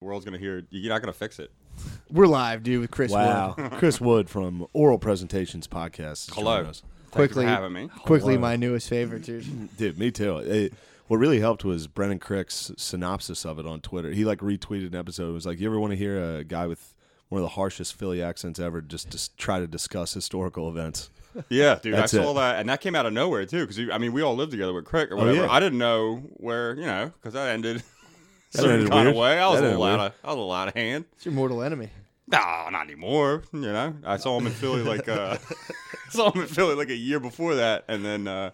world's gonna hear. You're not gonna fix it. We're live, dude, with Chris. Wow. Wood. Chris Wood from Oral Presentations Podcast. is Hello. joining us. Thank you Quickly. for having me. Quickly, Hello. my newest favorite, dude. Dude, me too. It- what really helped was Brennan Crick's synopsis of it on Twitter. He like retweeted an episode. It was like, you ever want to hear a guy with one of the harshest Philly accents ever just to try to discuss historical events? Yeah, dude, That's I saw it. Oh, that, and that came out of nowhere too. Because I mean, we all lived together with Crick or whatever. yeah. I didn't know where you know because that ended That certain ended kind weird. of way. I was That a ended little out weird. of I was a little out of hand. It's your mortal enemy. No, not anymore. You know, I saw him in Philly like uh, saw him in Philly like a year before that, and then uh,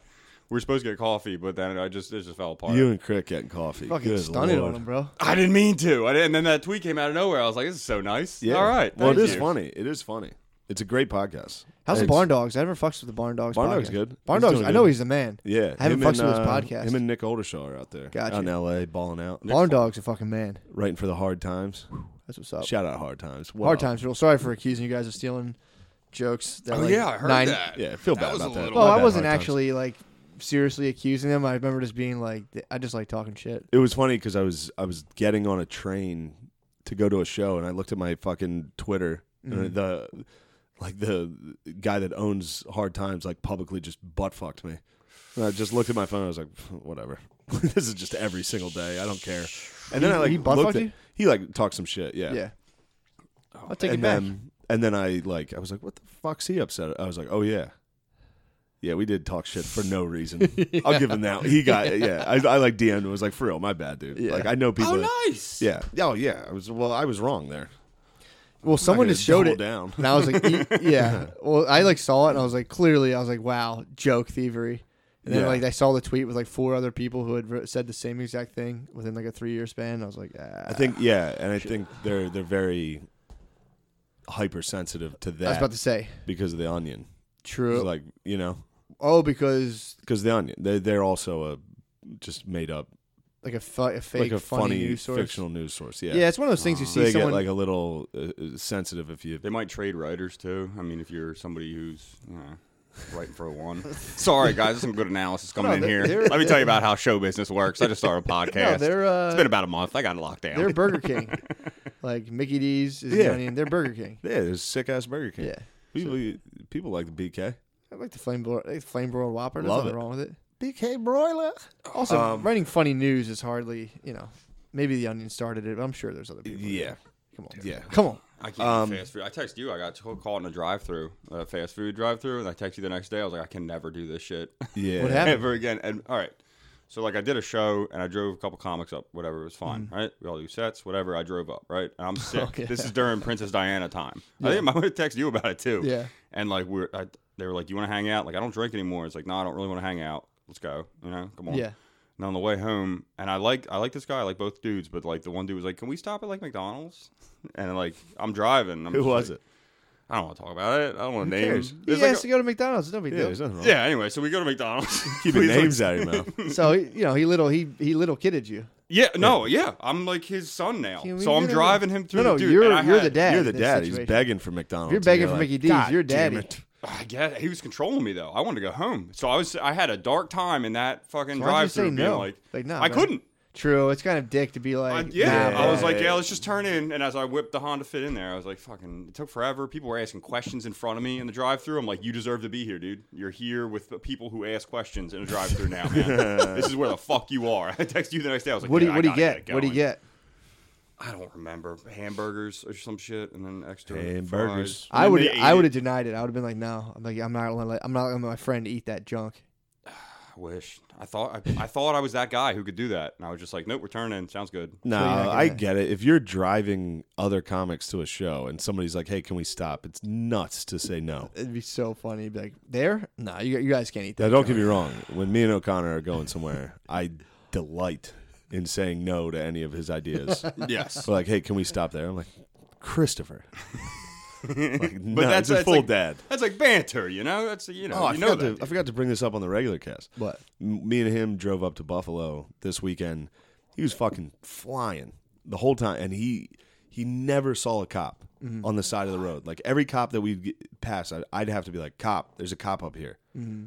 we were supposed to get coffee, but then I just it just fell apart. You and Crick getting coffee. Fucking Good stunted Lord. on him, bro. I didn't mean to. I didn't, and then that tweet came out of nowhere. I was like, "This is so nice." Yeah. All right. Well, it thank is you. funny. It is funny. It's a great podcast. How's the It's- Barn Dogs? I never fucks with the Barn Dogs. Barn Dog's podcast. good. Barn He's Dogs. doing I know good. he's the man. Yeah. I haven't him fucked and, with his uh, podcast. Him and Nick Oldershaw are out there. Gotcha. Out in L.A. balling out. Barn Dogs a fucking man. Writing for the hard times. That's what's up. Shout out hard times. What Hard up? times, real. Sorry for accusing you guys of stealing jokes. That, Oh like, yeah, I heard nine- that. Yeah, I feel That bad was about a that. little- Well, My I bad, wasn't hard times. actually like seriously accusing them. I remember just being like, th- I just like talking shit. It was funny because I was I was getting on a train to go to a show, and I looked at my fucking Twitter, Mm-hmm. and the like the guy that owns Hard Times like publicly just butt fucked me. And I just looked at my phone. I was like, whatever. this is just every single day. I don't care. And then I like he butt looked fucked at- you? He like talked some shit. Yeah. Yeah, Oh, I'll take and it back. Then, and then I like I was like, what the fuck's he upset? at?" I was like, oh yeah. Yeah, we did talk shit for no reason. I'll give him that. He got yeah. I, I like DM'd him. was like, for real, my bad, dude. Yeah. Like I know people. that- Oh, nice. Yeah. Oh yeah. I was well. I was wrong there. Well, someone gonna just showed double it, down. and I was like, e- Uh-huh. yeah. Well, I like saw it, and I was like, clearly, I was like, wow, joke thievery. And then Yeah. like I saw the tweet with like four other people who had wr- said the same exact thing within like a three year span. I was like, ah. I think yeah, and I think they're they're very hypersensitive to that I was about to say because of the onion. true. It's like you know, oh, because because the onion they they're also a just made up like a, fu- a fake like a funny, funny, news source. fictional news source. Yeah. Yeah. it's one of those things you So see they someone get like a little uh, uh, sensitive if you They might trade writers too. I mean, if you're somebody who's you know, writing for one. Sorry, guys, there's some good analysis coming No, in they're- here. they're- Let me tell you about how show business works. I just started a no, podcast. they're uh, it's been about a month. I got it locked down. They're Burger King. like Mickey D's is Yeah. the onion. They're Burger King. Yeah, there's sick ass Burger King. Yeah. People, people like the BK. I like the flame broil- like the flame broiled Whopper. There's Love nothing it. wrong with it. BK broiler. Also, Um, writing funny news is hardly you know. Maybe the onion started it, but I'm sure there's other people. who Yeah. did. Come on. Yeah. Come on. I can't um, do fast food. I text you. I got to- caught in a drive-through, a fast food drive-through, and I text you the next day. I was like, I can never do this shit Yeah. What happened? ever again. And all right, so like I did a show and I drove a couple comics up. Whatever, it was Mm. fine. Right, we all do sets. Whatever, I drove up. Right, and I'm sick. Okay. This is during Princess Diana time. I think I might have texted you about it too. Yeah. And like we're, I, they were like, "You want to hang out?" Like I don't drink anymore. It's like, no, I don't really want to hang out. Let's go. You know, come on. Yeah. And on the way home, and I like I like this guy, I like both dudes, but like the one dude was like, "Can we stop at like McDonald's?" And like I'm driving. I'm Who just was like, it? I don't want to talk about it. I don't want to names. cares? He There's, like, has to go to McDonald's. It's no big Yeah, deal. there's nothing wrong. a- yeah. Anyway, so we go to McDonald's. Keeping He's like- names out of your mouth. So he- you know he little he he little kidded you. yeah. No. Yeah. I'm like his son now, Can we so I'm get a- driving him through. No, no, the dude, you're and I you're the had- dad. You're in the this dad. situation. He's begging for McDonald's. If you're begging and for like, Mickey D's. "God you're damn daddy. it." I get. It. He was controlling me though. I wanted to go home, so I was. I had a dark time in that fucking Why'd you drive say through. no? Like, Like, nah, I man. couldn't. True. It's kind of dick to be I- like. yeah, nah, I was nah. like, yeah, let's just turn in. And as I whipped the Honda Fit in there, I was like, fucking, it took forever. People were asking questions in front of me in the drive-through. I'm like, you deserve to be here, dude. You're here with the people who ask questions in a drive-through now, man. this is where the fuck you are. I text you the next day. I was like, What do "Yeah, you I what do you gotta get? it What do you going." get? I don't remember hamburgers or some shit, and then extra Hamburgers. fries. And I then would they ate I would it. have denied it. I would have been like, no, I'm like I'm not gonna let I'm not gonna let my friend eat that junk. I wish. I thought I, I thought I was that guy who could do that, and I was just like, nope, we're turning. Sounds good. No, you're not I gonna- get it. If you're driving other comics to a show and somebody's like, "Hey, can we stop?" It's nuts to say no. It'd be so funny. You'd be like, there? No, you, you guys can't eat Now, that. don't get me wrong. When me and O'Connor are going somewhere, I delight in saying no to any of his ideas. Yes. We're like, "Hey, can we stop there?" I'm like, "Christopher." like, no, But that's it's a that's full like, dad. That's like banter, you know. That's you know Oh, I, you know forgot that. to, I forgot to bring this up on the regular cast. What? M- Me and him drove up to Buffalo this weekend. He was fucking flying the whole time, and he he never saw a cop Mm-hmm. on the side of the road. Like every cop that we'd get, pass, I'd, I'd have to be like, "Cop, there's a cop up here." You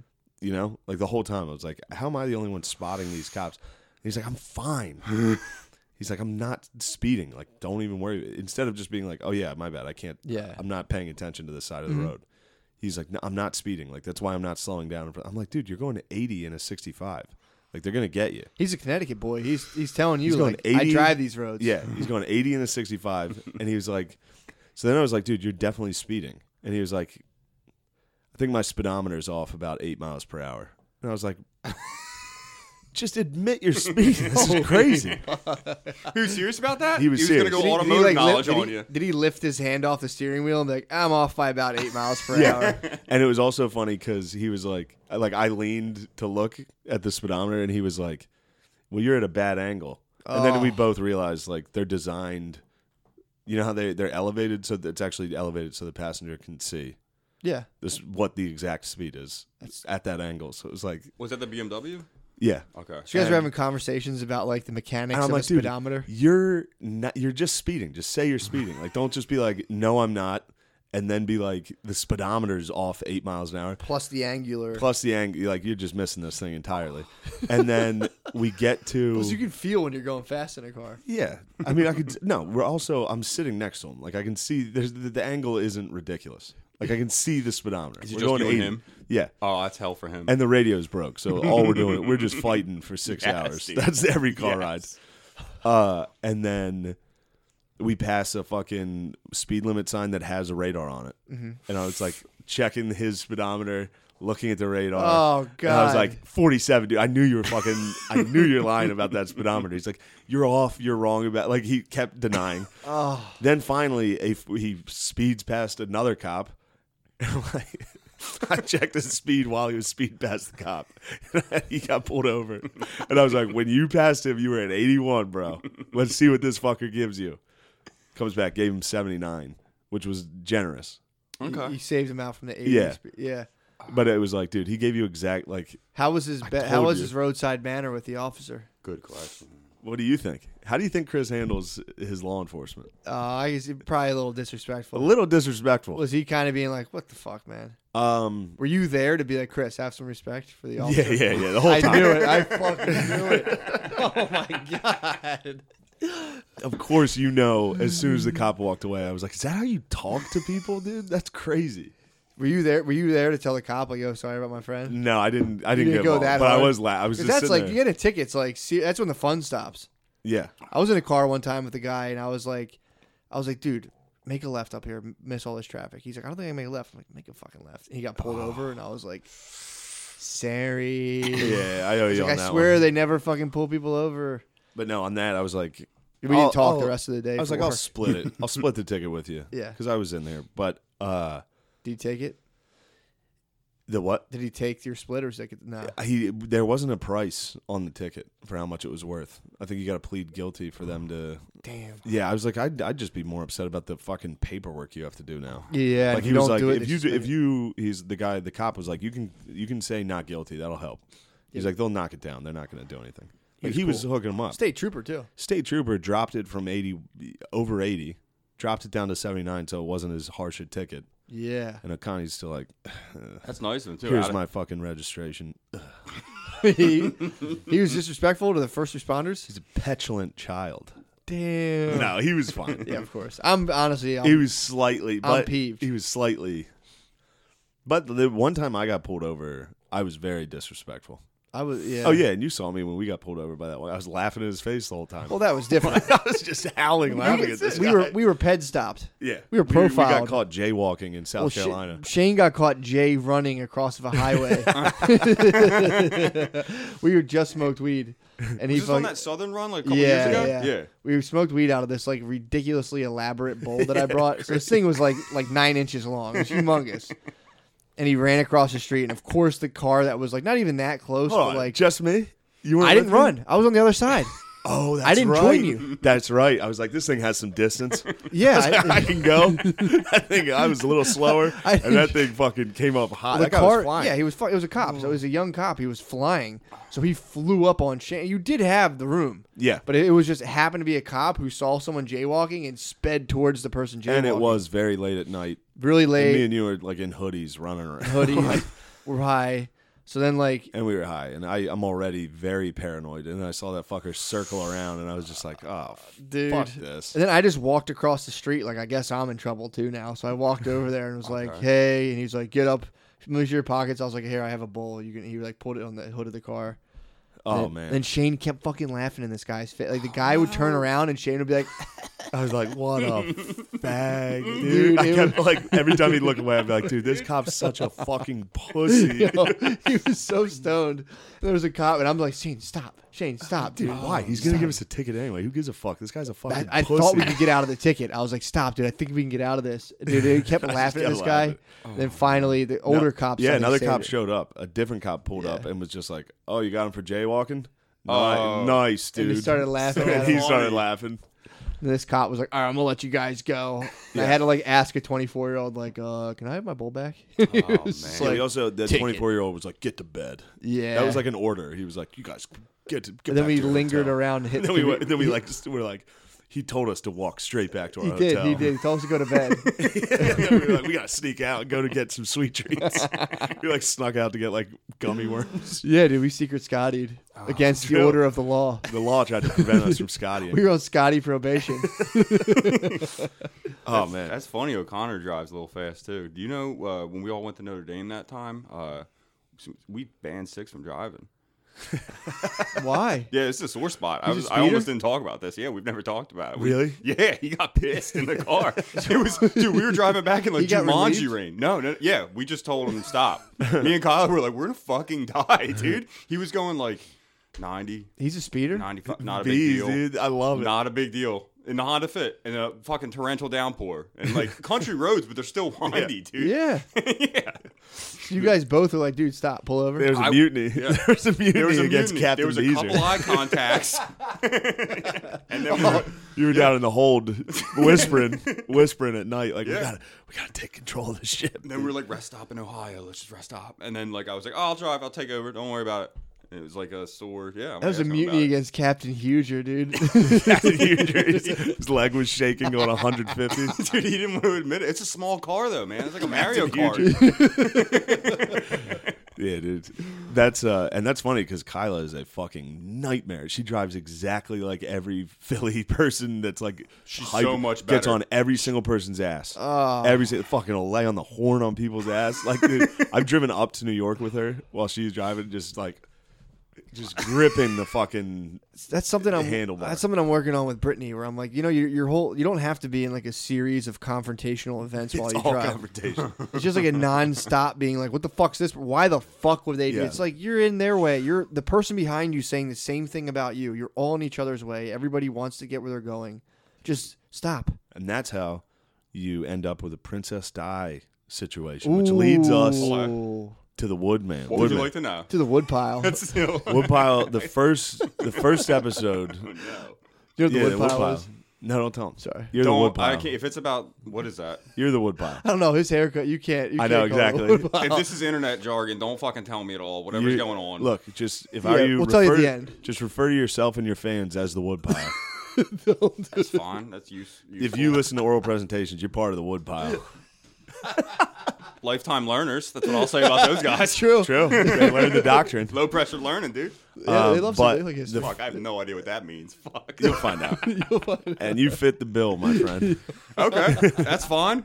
know, like the whole time I was like, "How am I the only one spotting these cops?" And he's like, "I'm fine." He's like, I'm not speeding. Like, don't even worry. Instead of just being like, oh yeah, my bad, I can't. Yeah. I'm not paying attention to this side of the road. He's like, no, I'm not speeding. Like that's why I'm not slowing down. I'm like, dude, you're going to 80 in a 65. Like they're gonna get you. He's a Connecticut boy. He's he's telling you He's going like I 80 drive these roads. Yeah, he's going 80 and a 65, and he was like, so then I was like, dude, you're definitely speeding, and he was like, I think my speedometer's off about eight miles per hour, and I was like, just admit you're speeding. This is crazy. Who's serious about that? He was gonna go serious. Did he- did he, automotive like, lift- knowledge did on he- you. Did he lift his hand off the steering wheel and be like, I'm off by about eight miles per hour? And it was also funny because he was like, like I leaned to look at the speedometer, and he was like, well, you're at a bad angle, and then Oh. we both realized like they're designed. You know how they they're elevated so that it's actually elevated so the passenger can see. Yeah. this what the exact speed is at that angle. So it was like, Was that the BMW? yeah. Okay. So you guys were having conversations about like the mechanics And of I'm a like, dude, speedometer. you're not, you're just speeding. Just say you're speeding. Like, don't just be like, no, I'm not, and then be like, the speedometer's off eight miles an hour. Plus the angular. Plus the angle, like you're just missing this thing entirely. And then we get to, Plus you can feel when you're going fast in a car. yeah. I mean, I could no. We're also, I'm sitting next to him. Like I can see there's the, the angle isn't ridiculous. Like I can see the speedometer. Is it we're just going you and 80. him? Yeah. Oh, that's hell for him. and the radio's broke. So all we're doing, we're just fighting for six Yes, hours. dude. That's every car ride. Yes. Uh, and then we pass a fucking speed limit sign that has a radar on it, Mm-hmm. and I was like checking his speedometer, looking at the radar. Oh, And I was God. like forty-seven, dude. I knew you were fucking. I knew you're lying about that speedometer. He's like, you're off. You're wrong about. Like he kept denying. Oh, Then finally, a, he speeds past another cop. I'm like, I checked his speed while he was speed past the cop. he got pulled over, and I was like, "When you passed him, you were at 81, bro. Let's see what this fucker gives you." Comes back, gave him 79, which was generous, you, okay. saved him out from the 80s. Yeah. spe- yeah. but it was like, dude, he gave you exact like. How was his be- how told was you. his roadside manner with the officer? Good question. What do you think? How do you think Chris handles his law enforcement? Uh, I guess it- probably a little A disrespectful. little disrespectful. Was he kind of being like, "What the fuck, man"? Um. Were you there to be like, "Chris, have some respect for the officer"? Yeah, yeah, yeah. The whole I time. knew it. I fucking knew it. Oh my god. of course you know as soon as the cop walked away i was like is that how you talk to people dude that's crazy Were you there? Were you there to tell the cop like, "Yo, sorry about my friend"? no i didn't i didn't, didn't get go involved, that but hard? i was la- i was 'Cause just that's sitting like there. you get a ticket. It's like see, that's when the fun stops. yeah I was in a car one time with a guy, and I was like, I was like, dude, make a left up here, m- miss all this traffic. He's like, I don't think I can make a left. I'm like, make a fucking left. And he got pulled over, and I was like, sorry. yeah i owe you on Like, I that swear one. they never fucking pull people over. but no on that i was like We I'll- didn't talk I'll- the rest of the day. i was for like i'll work. split it i'll split the ticket with you Yeah. because i was in there but uh Did he take it? the what Did he take your split or was it? No. he there wasn't a price on the ticket for how much it was worth i think you got to plead guilty for them to Damn. yeah i was like I'd, I'd just be more upset about the fucking paperwork you have to do now Yeah. like if he you was don't like, do it, if they you suspend if it. you he's the guy the cop was like you can you can say not guilty that'll help. He's like they'll knock it down. They're not going to do anything. Like, he was hooking him up. state State, trooper too. trooper dropped it from eighty over eighty, dropped it down to seventy nine, so it wasn't as harsh a ticket. Yeah. And Akani's still like, That's nice of him too. here's Adam. my fucking registration. he, he was disrespectful to the first responders. He's a petulant child. Damn. No, he was fine. Yeah, of course. I'm honestly. I'm, he was slightly. But peeved. He was slightly. But the one time I got pulled over, I was very disrespectful. I was. Yeah. Oh yeah, and you saw me when we got pulled over by that one. I was laughing in his face the whole time. Well, that was different. I was just howling, laughing at this we guy. were we were ped stopped. yeah, we were We, profiled. got caught jaywalking in South Well, Sh- Carolina. Shane got caught Jay running across of a highway. we were just smoked weed, and he Was this on fucking, that Southern run like a couple yeah, years ago? yeah we smoked weed out of this like ridiculously elaborate bowl that I brought. So this thing was like like nine inches long. It was humongous. And he ran across the street, and of course the car that was like not even that close, Hold but on, like just me. You were I didn't run. I was on the other side. Oh, that's I didn't join right. you. That's right. I was like, this thing has some distance. Yeah, I- I can go. I think I was a little slower, I and that thing fucking came up hot. the that guy car, was flying. Mm. yeah, he was. Fly- it was a cop, so it was a young cop. He was flying, so he flew up on Shane. You did have the room, Yeah. but it was just happened to be a cop who saw someone jaywalking and sped towards the person jaywalking. and it was very late at night. really And me late, and you were like in hoodies running around. hoodies were high. So then, like, and we were high, and I, I'm already very paranoid. And I saw that fucker circle around, and I was just like, oh, f- dude. fuck this. And then I just walked across the street, like I guess I'm in trouble too now. So I walked over there and was like, "Hey," and he's like, "Get up, move your pockets." I was like, "Here, I have a bowl." You can. He like pulled it on the hood of the car. Oh then, man, Then Shane kept fucking laughing in this guy's face. Like the guy would turn around and Shane would be like, I was like, what a fag, dude. Dude, I it kept, like every time he'd look away, I'd be like, dude, this cop's such a fucking pussy. "Yo," he was so stoned. And there was a cop, and I'm like, Shane, stop, Shane, stop, dude. Why? He's gonna give us a ticket anyway. Who gives a fuck? This guy's a I, fucking I pussy. thought we could get out of the ticket. I was like, "Stop, dude! I think we can get out of this." Dude, he kept laughing at gotta this laugh guy. Then finally, the older cop. Yeah, suddenly another saved cop it. showed up. A different cop pulled up and was just like, "Oh, you got him for jaywalking? Ni- Oh. nice, dude." And he started laughing And at he him. started laughing. And this cop was like, "All right, I'm gonna let you guys go." And I had to like ask a 24 year old, like, "Uh, can I have my bowl back?" It was just Oh, man. Yeah, like- we also the "Take it." 24 year old was like, "Get to bed." yeah. That was like an order. He was like, "You guys get to." Get And then back we to your lingered hotel." around. And hit And then we three- went, then we like just were like, he told us to walk straight back to our He hotel. did. He did. He told us to go to bed. we were like, we gotta sneak out and go to get some sweet treats. we like snuck out to get like gummy worms. yeah, dude. We secret Scottied Oh, against the Really? order of the law. The law tried to prevent us from Scotty. We were on Scotty probation. Oh man, That's funny. O'Connor drives a little fast too. Do you know uh, when we all went to Notre Dame that time? Uh, we banned six from driving. Why? Yeah, it's a sore spot. I He's a was I speeder? almost didn't talk about this. Yeah, we've never talked about it. We- Really? Yeah, he got pissed in the car. it was dude, we were driving back in like He got Jumanji relieved? rain. No, no, yeah, we just told him to stop. Me and Kyle were like, we're gonna fucking die, dude. He was going like 90, He's a speeder. 95, not a big bees, deal. dude. I love it. Not a big deal. In the Honda Fit, in a fucking torrential downpour, and like country roads, but they're still windy, dude. Yeah. yeah. You guys both were like, "Dude, stop, pull over." There was a I- mutiny. yeah. There was a mutiny There was a against mutiny. Captain There was a Beezer. couple eye contacts, and then we were, You were down in the hold, whispering, whispering at night, like we Yeah. gotta, we gotta take control of the ship. And then we were like, rest stop in Ohio. Let's just rest stop. And then like I was like, oh, I'll drive. I'll take over. Don't worry about it. And it was like a sore. Yeah. I'm that was a asking mutiny about it. against Captain Huger, dude. his, his leg was shaking, going 150. Dude, he didn't want to admit it. It's a small car though, man. It's like a Mario huge. Kart. Yeah, dude. That's uh, and that's funny because Kyla is a fucking nightmare. She drives exactly like every Philly person that's like She's so much Gets better. on every single person's ass. Every single fucking will lay on the horn on people's ass. Like, dude, I've driven up to New York with her while she's driving, just like, just gripping the fucking. that's something I'm handlebar. that's something I'm working on with Brittany, where I'm like, you know, your your whole you don't have to be in like a series of confrontational events while It's you all drive. confrontation. It's just like a non-stop being like, "What the fuck's this? Why the fuck would they do?" Yeah. It's like you're in their way. You're the person behind you saying the same thing about you. You're all in each other's way. Everybody wants to get where they're going. Just stop. and that's how you end up with a Princess Di situation, which leads us Ooh. to the Woodman. What would you Woodman. like to know? to the woodpile. That's still. Woodpile, the first, the first episode. No. you know what yeah, the woodpile is? No, don't tell him. Sorry. you're the Don't. I woodpile. can't, if it's about what is that? You're the woodpile. I don't know his haircut. You can't. You I know can't call it exactly. a woodpile. If this is internet jargon, don't fucking tell me at all. Whatever's You're- going on. Look, just if Yeah, I you we'll refer, tell you at the end. just refer to yourself and your fans as the woodpile. that's fine. That's use. if you listen to oral presentations, you're part of the woodpile. lifetime learners, that's what I'll say about those guys. True. True. They learned the doctrine. Low pressure learning, dude. Yeah, they Uh, love but something like his. the- Fuck, I have no idea what that means. Fuck. You'll find out. and you fit the bill, my friend. Okay, that's fine.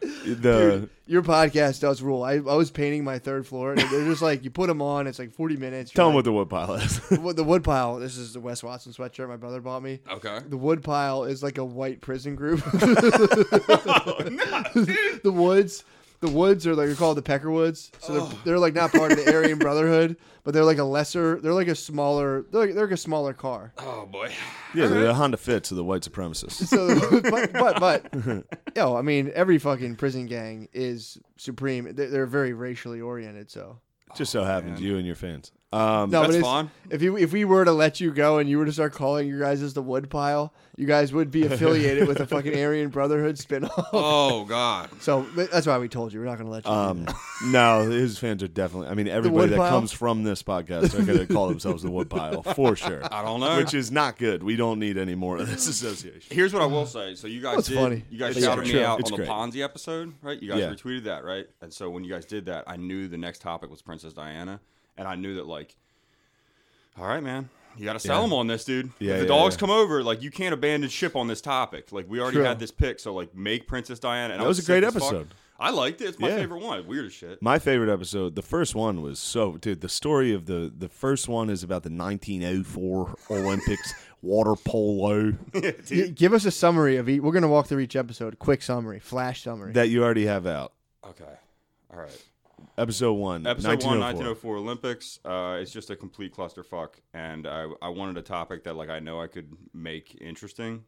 The Your podcast does rule. I, I was painting my third floor, and they're just like you put them on. It's like forty minutes. tell them you're what the woodpile is. like, what the wood pile. This is the Wes Watson sweatshirt my brother bought me. Okay. The wood pile is like a white prison group. the woods, the woods are like they're called the Peckerwoods. So they're, Oh. they're like not part of the Aryan Brotherhood, but they're like a lesser. They're like a smaller. They're like, they're like a smaller car. Oh boy. yeah, the Honda Fits of the white supremacists. So, but, but, but, yo, I mean, every fucking prison gang is supreme. They're, they're very racially oriented, so. Just so happens you and your fans. Um, No, That's but it's, fine. if you if we were to let you go and you were to start calling your guys as the Woodpile, you guys would be affiliated with the fucking Aryan Brotherhood spinoff. Oh God. so th- that's why we told you we're not going to let you. Um, no, his fans are definitely. I mean, everybody that Woodpile? comes from this podcast are going to call themselves the Woodpile for sure. I don't know. which is not good. We don't need any more of this association. Here's what I will say. So you guys That's did. funny. You guys Uh, It's shouted me great. True. out It's on great. the Ponzi episode, right? You guys Yeah. retweeted that, right? And so when you guys did that, I knew the next topic was Princess Diana, and I knew that like, all right, man, you got to sell Yeah. them on this, dude. Yeah, if the yeah, dogs yeah. come over, like you can't abandon ship on this topic. Like we already True. had this pick, so like make Princess Diana. And I That was a sick great as fuck. episode. I liked it. It's my Yeah. favorite one. Weird as shit. My favorite episode, the first one was so dude. The story of the the first one is about the 1904 Olympics water polo Y- give us a summary of each. We're going to walk through each episode. Quick summary, flash summary. that you already have out. Okay. All right. Episode one, Episode oh 1, 1904. 1904 Olympics. Uh, it's just a complete clusterfuck, and I, I wanted a topic that like I know I could make interesting.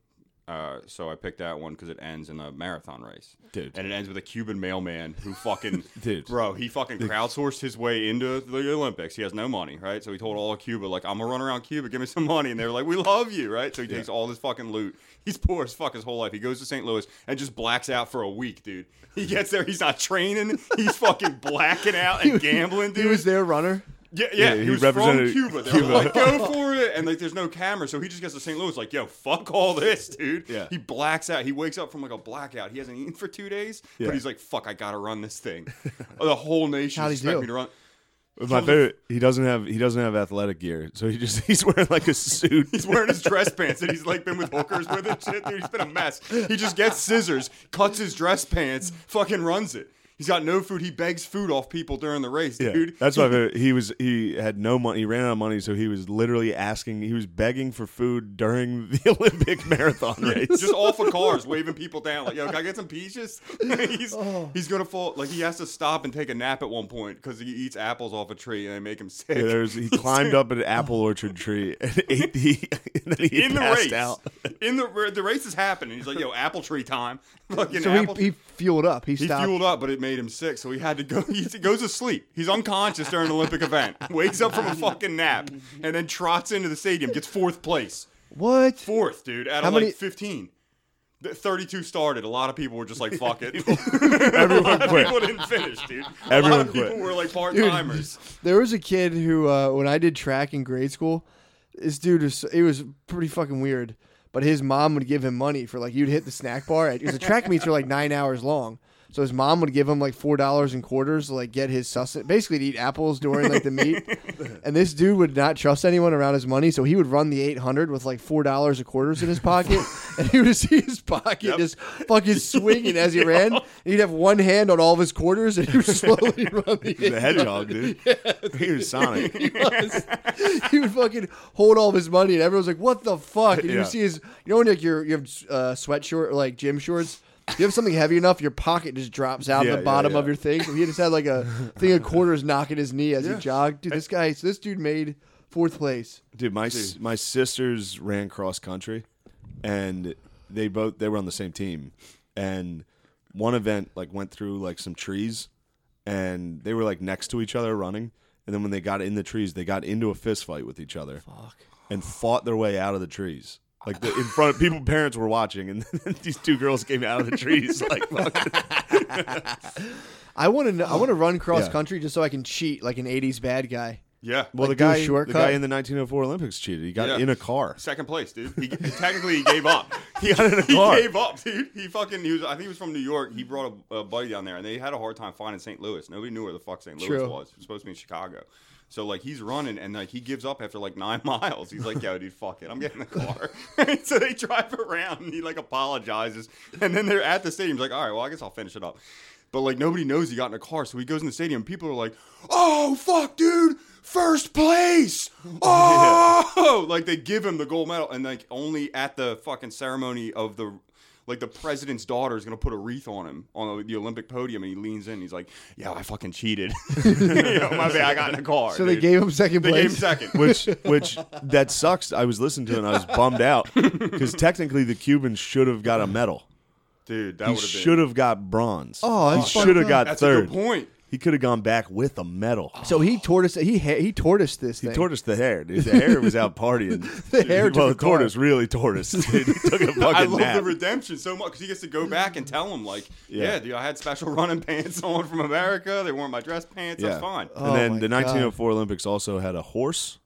Uh, so I picked that one because it ends in a marathon race, Dude. and it ends with a Cuban mailman who fucking, Dude. bro, he fucking crowdsourced his way into the Olympics. He has no money, right? So he told all of Cuba, like, I'm gonna run around Cuba, give me some money, and they were like, we love you, right? So he takes all this fucking loot. He's poor as fuck his whole life. He goes to St. Louis and just blacks out for a week, dude. He gets there, he's not training, he's fucking blacking out and gambling, dude. he was their runner. Yeah, yeah, Yeah, he, he was from represented Cuba. They were like, go for it. And like, there's no camera. So he just gets to St. Louis, like, yo, fuck all this, dude. Yeah. He blacks out. He wakes up from like a blackout. He hasn't eaten for two days, Yeah. but he's like, fuck, I got to run this thing. the whole nation How'd he expect do? me to run. My favorite. He doesn't have he doesn't have athletic gear, so he just he's wearing like a suit. He's wearing his dress pants and he's like been with hookers with it. Shit, dude, he's been a mess. He just gets scissors, cuts his dress pants, fucking runs it. He's got no food. He begs food off people during the race, Yeah, dude. that's why he, he was. He had no money. He ran out of money, so he was literally asking. He was begging for food during the Olympic marathon race. just off of cars, waving people down. Like, yo, can I get some peaches? he's Oh. he's gonna fall. Like, he has to stop and take a nap at one point because he eats apples off a tree and they make him sick. Yeah, there was- he climbed up an apple orchard tree and ate the. And then he in the passed race. out. In the where the race is happening. He's like, yo, apple tree time. Fucking So apple. he, he fueled up. He He stopped. fueled up, but it made him sick, so he had to go. He goes to sleep. He's unconscious during an Olympic event. Wakes up from a fucking nap, and then trots into the stadium. Gets fourth place. what? fourth, dude, out How of many- like 15. Th- 32 started. A lot of people were just like, fuck it. a Everyone lot of quit. people didn't finish, dude. a Everyone lot of people quit. were like part timers. There was a kid who, uh, when I did track in grade school, this dude was he was pretty fucking weird. But his mom would give him money for like you'd hit the snack bar because the track meets are like nine hours long. So his mom would give him like four dollars in quarters to like get his sustenance, basically to eat apples during like the meet. and this dude would not trust anyone around his money, so he would run the eight hundred with like four dollars in quarters in his pocket, and he would see his pocket just fucking swinging as he ran. And he'd have one hand on all of his quarters, and he would slowly run the He's a hedgehog, dude. He was Sonic. was. he would fucking hold all of his money, and everyone's like, "What the fuck?" And Yeah. you see his, you know, when like your you have uh, sweatshirt or like gym shorts. If you have something heavy enough, your pocket just drops out Yeah, the yeah, bottom yeah. of your thing. So he just had like a thing of quarters knocking his knee as he jogged. Dude, this guy, so this dude made fourth place. Dude, my s my sisters ran cross country, and they both they were on the same team, and one event like went through like some trees, and they were like next to each other running, and then when they got in the trees, they got into a fist fight with each other. Fuck. and fought their way out of the trees. Like the, in front of people, parents were watching, and then these two girls came out of the trees. Like, fucking- I want to, I want to run cross Yeah. country just so I can cheat like an '80s bad guy. Yeah. well, Like, the do a guy, the shortcut? guy in the 1904 Olympics cheated. He got Yeah. in a car. Second place, dude. He, technically, he gave up. He got in a He car. gave up, dude. He fucking, he was, I think he was from New York. He brought a, a buddy down there, and they had a hard time finding St. Louis. Nobody knew where the fuck St. Louis True. was. It was supposed to be in Chicago. So, like, he's running, and, like, he gives up after, like, nine miles. He's like, yo, dude, fuck it. I'm getting in the car. so they drive around, and he, like, apologizes. And then they're at the stadium. He's like, all right, well, I guess I'll finish it up. But, like, nobody knows he got in a car. So he goes in the stadium. People are like, oh, fuck, dude. First place! Oh, like they give him the gold medal, and like only at the fucking ceremony of the like the president's daughter is gonna put a wreath on him on the, the Olympic podium, and he leans in. And he's like, "Yeah, I fucking cheated. You know, my bad. I got in the car." So they dude. gave him second they gave him place. second. Which, which that sucks. I was listening to it and I was bummed out because technically the Cubans should have got a medal. Dude, that He would have should been. have got bronze. Oh, he that's fucked should have up. Oh, got That's a third. good point. He could have gone back with a medal. So he tortoise he ha- he tortoise this He thing. tortoised the hair, dude. The hair was out partying. The hair well, the took a car. tortoise really tortoised. Dude. He took a fucking I love nap. the redemption so much because he gets to go back and tell him, like, Yeah. yeah. dude, I had special running pants on from America. They weren't my dress pants. That's fine. And Oh then my the God. 1904 Olympics also had a horse.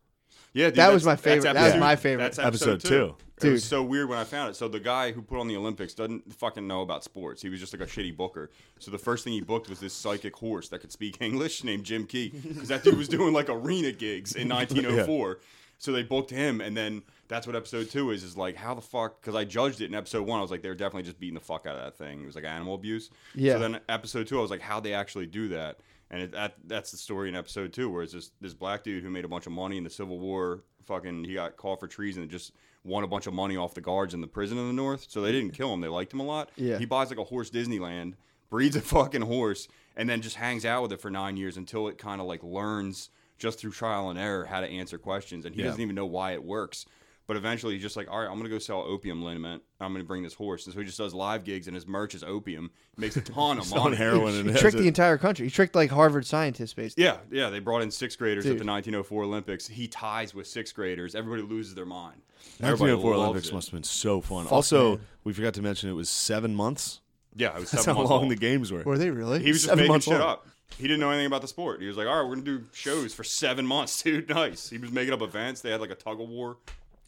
Yeah, dude, That was that's- my that's favorite- that was episode- my favorite. That's episode, Episode two. two. It Dude. was so weird when I found it. So the guy who put on the Olympics doesn't fucking know about sports. He was just like a shitty booker. So the first thing he booked was this psychic horse that could speak English named Jim Key because that dude was doing like arena gigs in 1904. So they booked him, and then that's what episode two is. Is like how the fuck? Because I judged it in episode one. I was like, they're definitely just beating the fuck out of that thing. It was like animal abuse. Yeah. So then episode two, I was like, how they actually do that? And it, that that's the story in episode two, where it's this this black dude who made a bunch of money in the Civil War. Fucking, he got caught for treason and just won a bunch of money off the guards in the prison in the North. So they didn't kill him; they liked him a lot. Yeah. He buys like a horse Disneyland, breeds a fucking horse, and then just hangs out with it for nine years until it kind of like learns just through trial and error how to answer questions, and he Yeah. doesn't even know why it works. But eventually, he's just like, all right, I'm gonna go sell opium liniment. I'm gonna bring this horse, and so he just does live gigs, and his merch is opium. He makes a ton of on money. heroin and He has tricked a- the entire country. He tricked like Harvard scientists basically. Yeah, yeah. They brought in sixth graders at Dude. the 1904 Olympics. He ties with sixth graders. Everybody loses their mind. Everybody 1904 loves Olympics it. must have been so fun. also, we forgot to mention it was seven months. Yeah, it was That's seven how months long long. the games were. Were they really? He was just seven making months shit long. up. He didn't know anything about the sport. He was like, "All right, we're gonna do shows for seven months, dude. Nice." He was making up events. They had like a tug of war.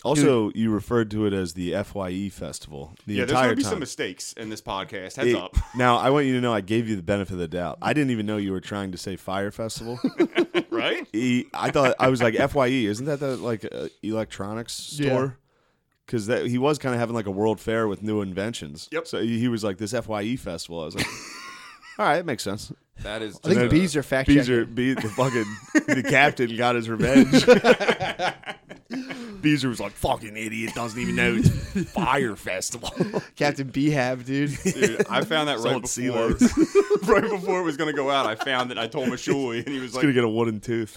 Also, you referred to it as the Fye Festival the yeah, there's entire gonna be time. some mistakes in this podcast. Heads It- up. Now, I want you to know I gave you the benefit of the doubt. I didn't even know you were trying to say Fire Festival. right? E- I thought I was like Fye. Isn't that the like uh, electronics Yeah. store? Because that he was kind of having like a world fair with new inventions. Yep. So he he was like this Fye festival. I was like, all right, it makes sense. That is. I think just, uh, bees are fact Beezer, checking. Be- the fucking the captain got his revenge. Beezer was like, fucking idiot, doesn't even know it's fire festival. Captain Behab, dude. uh, Dude, I found that right Sold sea before, legs. right before it was gonna go out. I found it. and I told Mashui, and he was like, Gonna get a wooden tooth.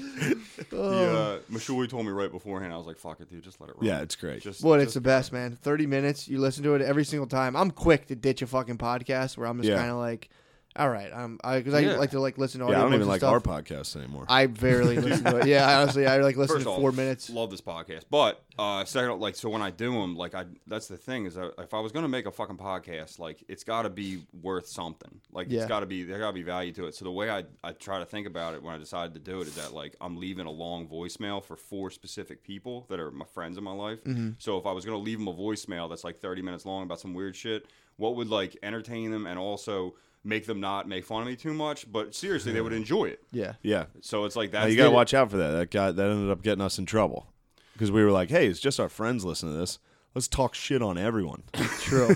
Yeah, Mashui told me right beforehand. I was like, "Fuck it, dude, just let it run." Oh. Yeah, it's great. Just Well, just- it's the best, man. Thirty minutes, you listen to it every single time. I'm quick to ditch a fucking podcast where I'm just Yeah. kind of like, all right, I'm because I, Yeah. like to like listen to audio. yeah, I don't even like stuff. our podcast anymore. I barely listen to it. Yeah, I honestly, I like listen First to off, four minutes. Love this podcast, but uh, second, like, so when I do them, like, I that's the thing is, that if I was gonna make a fucking podcast, like, it's got to be worth something. Like, Yeah. it's got to be there got to be value to it. So the way I I try to think about it when I decided to do it is that like I'm leaving a long voicemail for four specific people that are my friends in my life. Mm-hmm. So if I was gonna leave them a voicemail that's like 30 minutes long about some weird shit, what would like entertain them and also make them not make fun of me too much, but seriously, they would enjoy it. Yeah, yeah. So it's like Now, that's you got to the- watch out for that. That guy that ended up getting us in trouble because we were like, "Hey, it's just our friends listening to this. Let's talk shit on everyone." true.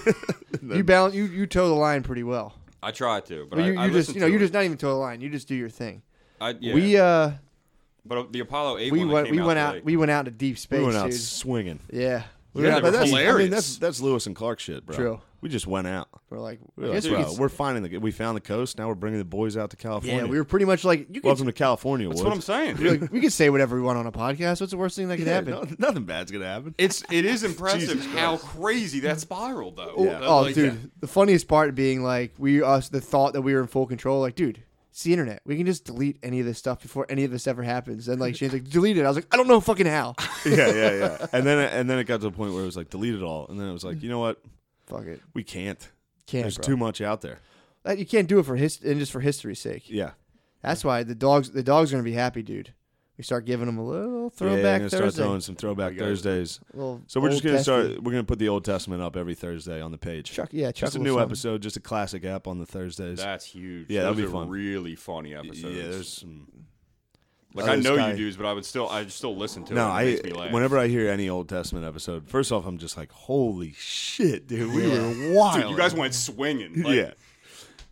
you balance, you you toe the line pretty well. I try to, but But I, you, you I just listen you know to you it. just not even toe the line. You just do your thing. I, yeah. We uh But the Apollo eight. we one that went came we went out today- we went out to deep space. we went out dude. swinging. Yeah, we Yeah, went they out were to that's, deep- hilarious. I mean, that's that's Lewis and Clark shit, bro. True. We just went out. We're like, We I guess we are could s- finding the we found the coast. Now we're bringing the boys out to California. yeah, we were pretty much like you could welcome to California. That's Woods. what I'm saying. We're like, we could say whatever we want on a podcast. What's the worst thing that could Yeah, happen? no- nothing bad's gonna happen. It's it is impressive how crazy that spiraled though. Yeah. Uh, Oh, like, dude, the funniest part being like we us the thought that we were in full control. Like, dude, it's the internet. We can just delete any of this stuff before any of this ever happens. And like Shane's like, delete it. I was like, I don't know fucking how. yeah, yeah, yeah. And then and then it got to a point where it was like delete it all, and then it was like, you know what? Fuck it, We can't. can't. There's Bro. too much out there. That- you can't do it for his and just for history's sake. Yeah. That's why the dogs the dogs are gonna be happy, dude. We start giving them a little yeah, throwback we're gonna Thursday. start throwing some throwback We got it. Thursdays. Little So we're just Old gonna Testament. start. We're gonna put the Old Testament up every Thursday on the page. Chuck, yeah, Chuck. just a new episode, just a classic app on the Thursdays. that's huge. Yeah, that'd Those be are fun. Really funny episodes. yeah, there's some. like Oh, I this know guy- you dudes, but I would still I still listen to No, it. it I makes me laugh. whenever I hear any Old Testament episode, first off, I'm just like, holy shit, dude, we Yeah. were wild. dude, you guys went swinging. Like, yeah.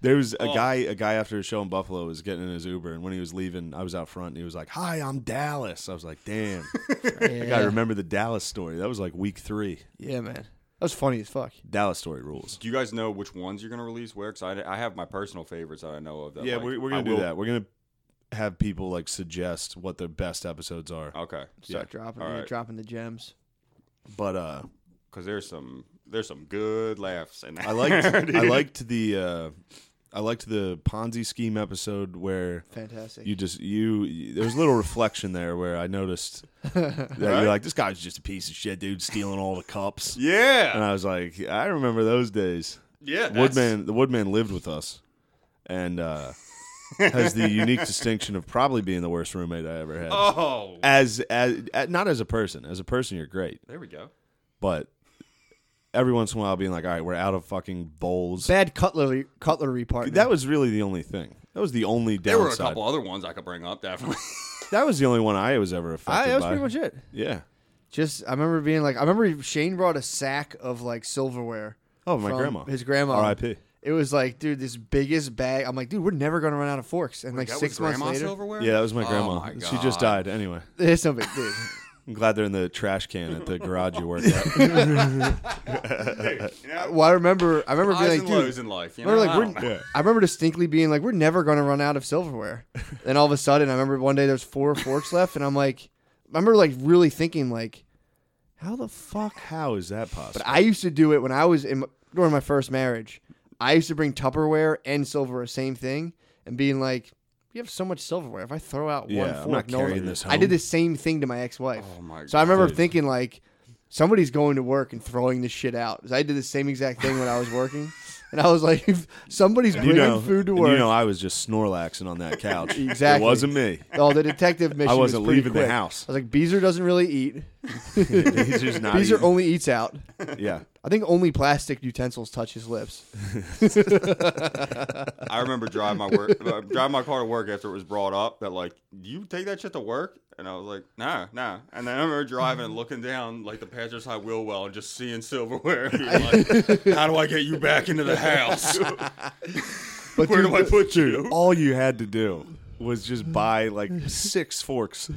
There was a Oh. guy, a guy after a show in Buffalo was getting in his Uber, and when he was leaving, I was out front, and he was like, "Hi, I'm Dallas." I was like, "Damn, I gotta Yeah. remember the Dallas story." That was like week three. yeah, man, that was funny as fuck. Dallas story rules. Do you guys know which ones you're gonna release where? Because I, I have my personal favorites that I know of. That, Yeah, like, we're, we're I gonna do will- that. We're gonna have people like suggest what their best episodes are. Okay, Start dropping, All yeah, right. dropping the gems. But uh, because there's some there's some good laughs in that. I liked I dude. liked the uh, I liked the Ponzi scheme episode where Fantastic. you just you, you there was a little reflection there where I noticed that Right? you're like this guy's just a piece of shit, dude, stealing all the cups. And Yeah. I was like, I remember those days. Yeah. that's- Woodman, the Woodman lived with us, and uh, has the unique distinction of probably being the worst roommate I ever had. Oh. As, as as not as a person, as a person, you're great, There we go. but every once in a while, being like, all right, we're out of fucking bowls. Bad cutlery cutlery partner. That was really the only thing. That was the only downside. There were a couple other ones I could bring up, definitely. That was the only one I was ever affected I, that was by. pretty much it. Yeah. Just I remember being like I remember Shane brought a sack of like silverware. Oh, my from grandma. His grandma. R.I.P. It was like, dude, this biggest bag. I'm like, dude, we're never gonna run out of forks. And like That six was months grandma later, silverware? Yeah, that was my Oh grandma. my she just God. died. Anyway, it's no big, dude. I'm glad they're in the trash can at the garage you work at. You know, Well, I remember, I remember highs being and like, lows dude, in life. You know? remember, I like, don't know. we're, I remember distinctly being like, we're never gonna run out of silverware. and all of a sudden, I remember one day there's four forks left, and I'm like, I remember like really thinking like, how the fuck How is that possible? I used to do it when I was in my, during my first marriage. I used to bring Tupperware and silverware, same thing, and being like, "You have so much silverware. If I throw out Yeah, one I'm fork, not no carrying one-" this I home. did the same thing to my ex-wife. Oh my So I remember Dude. thinking like, somebody's going to work and throwing this shit out. 'Cause I did the same exact thing when I was working, and I was like, if somebody's you bringing know, food to and work. You know, I was just snorlaxing on that couch. Exactly. It wasn't me. Oh, the detective mission. I was wasn't pretty leaving the quick. house. I was like, Beezer doesn't really eat. He's just not. Beezer eating. only eats out. yeah. I think only plastic utensils touch his lips. I remember driving my work, uh, driving my car to work after it was brought up that like, do you take that shit to work? And I was like, nah, nah. And then I remember driving and looking down like the passenger side wheel well and just seeing silverware. And being like, how do I get you back into the house? But Where dude, do I the- put you? All you had to do was just buy like six forks,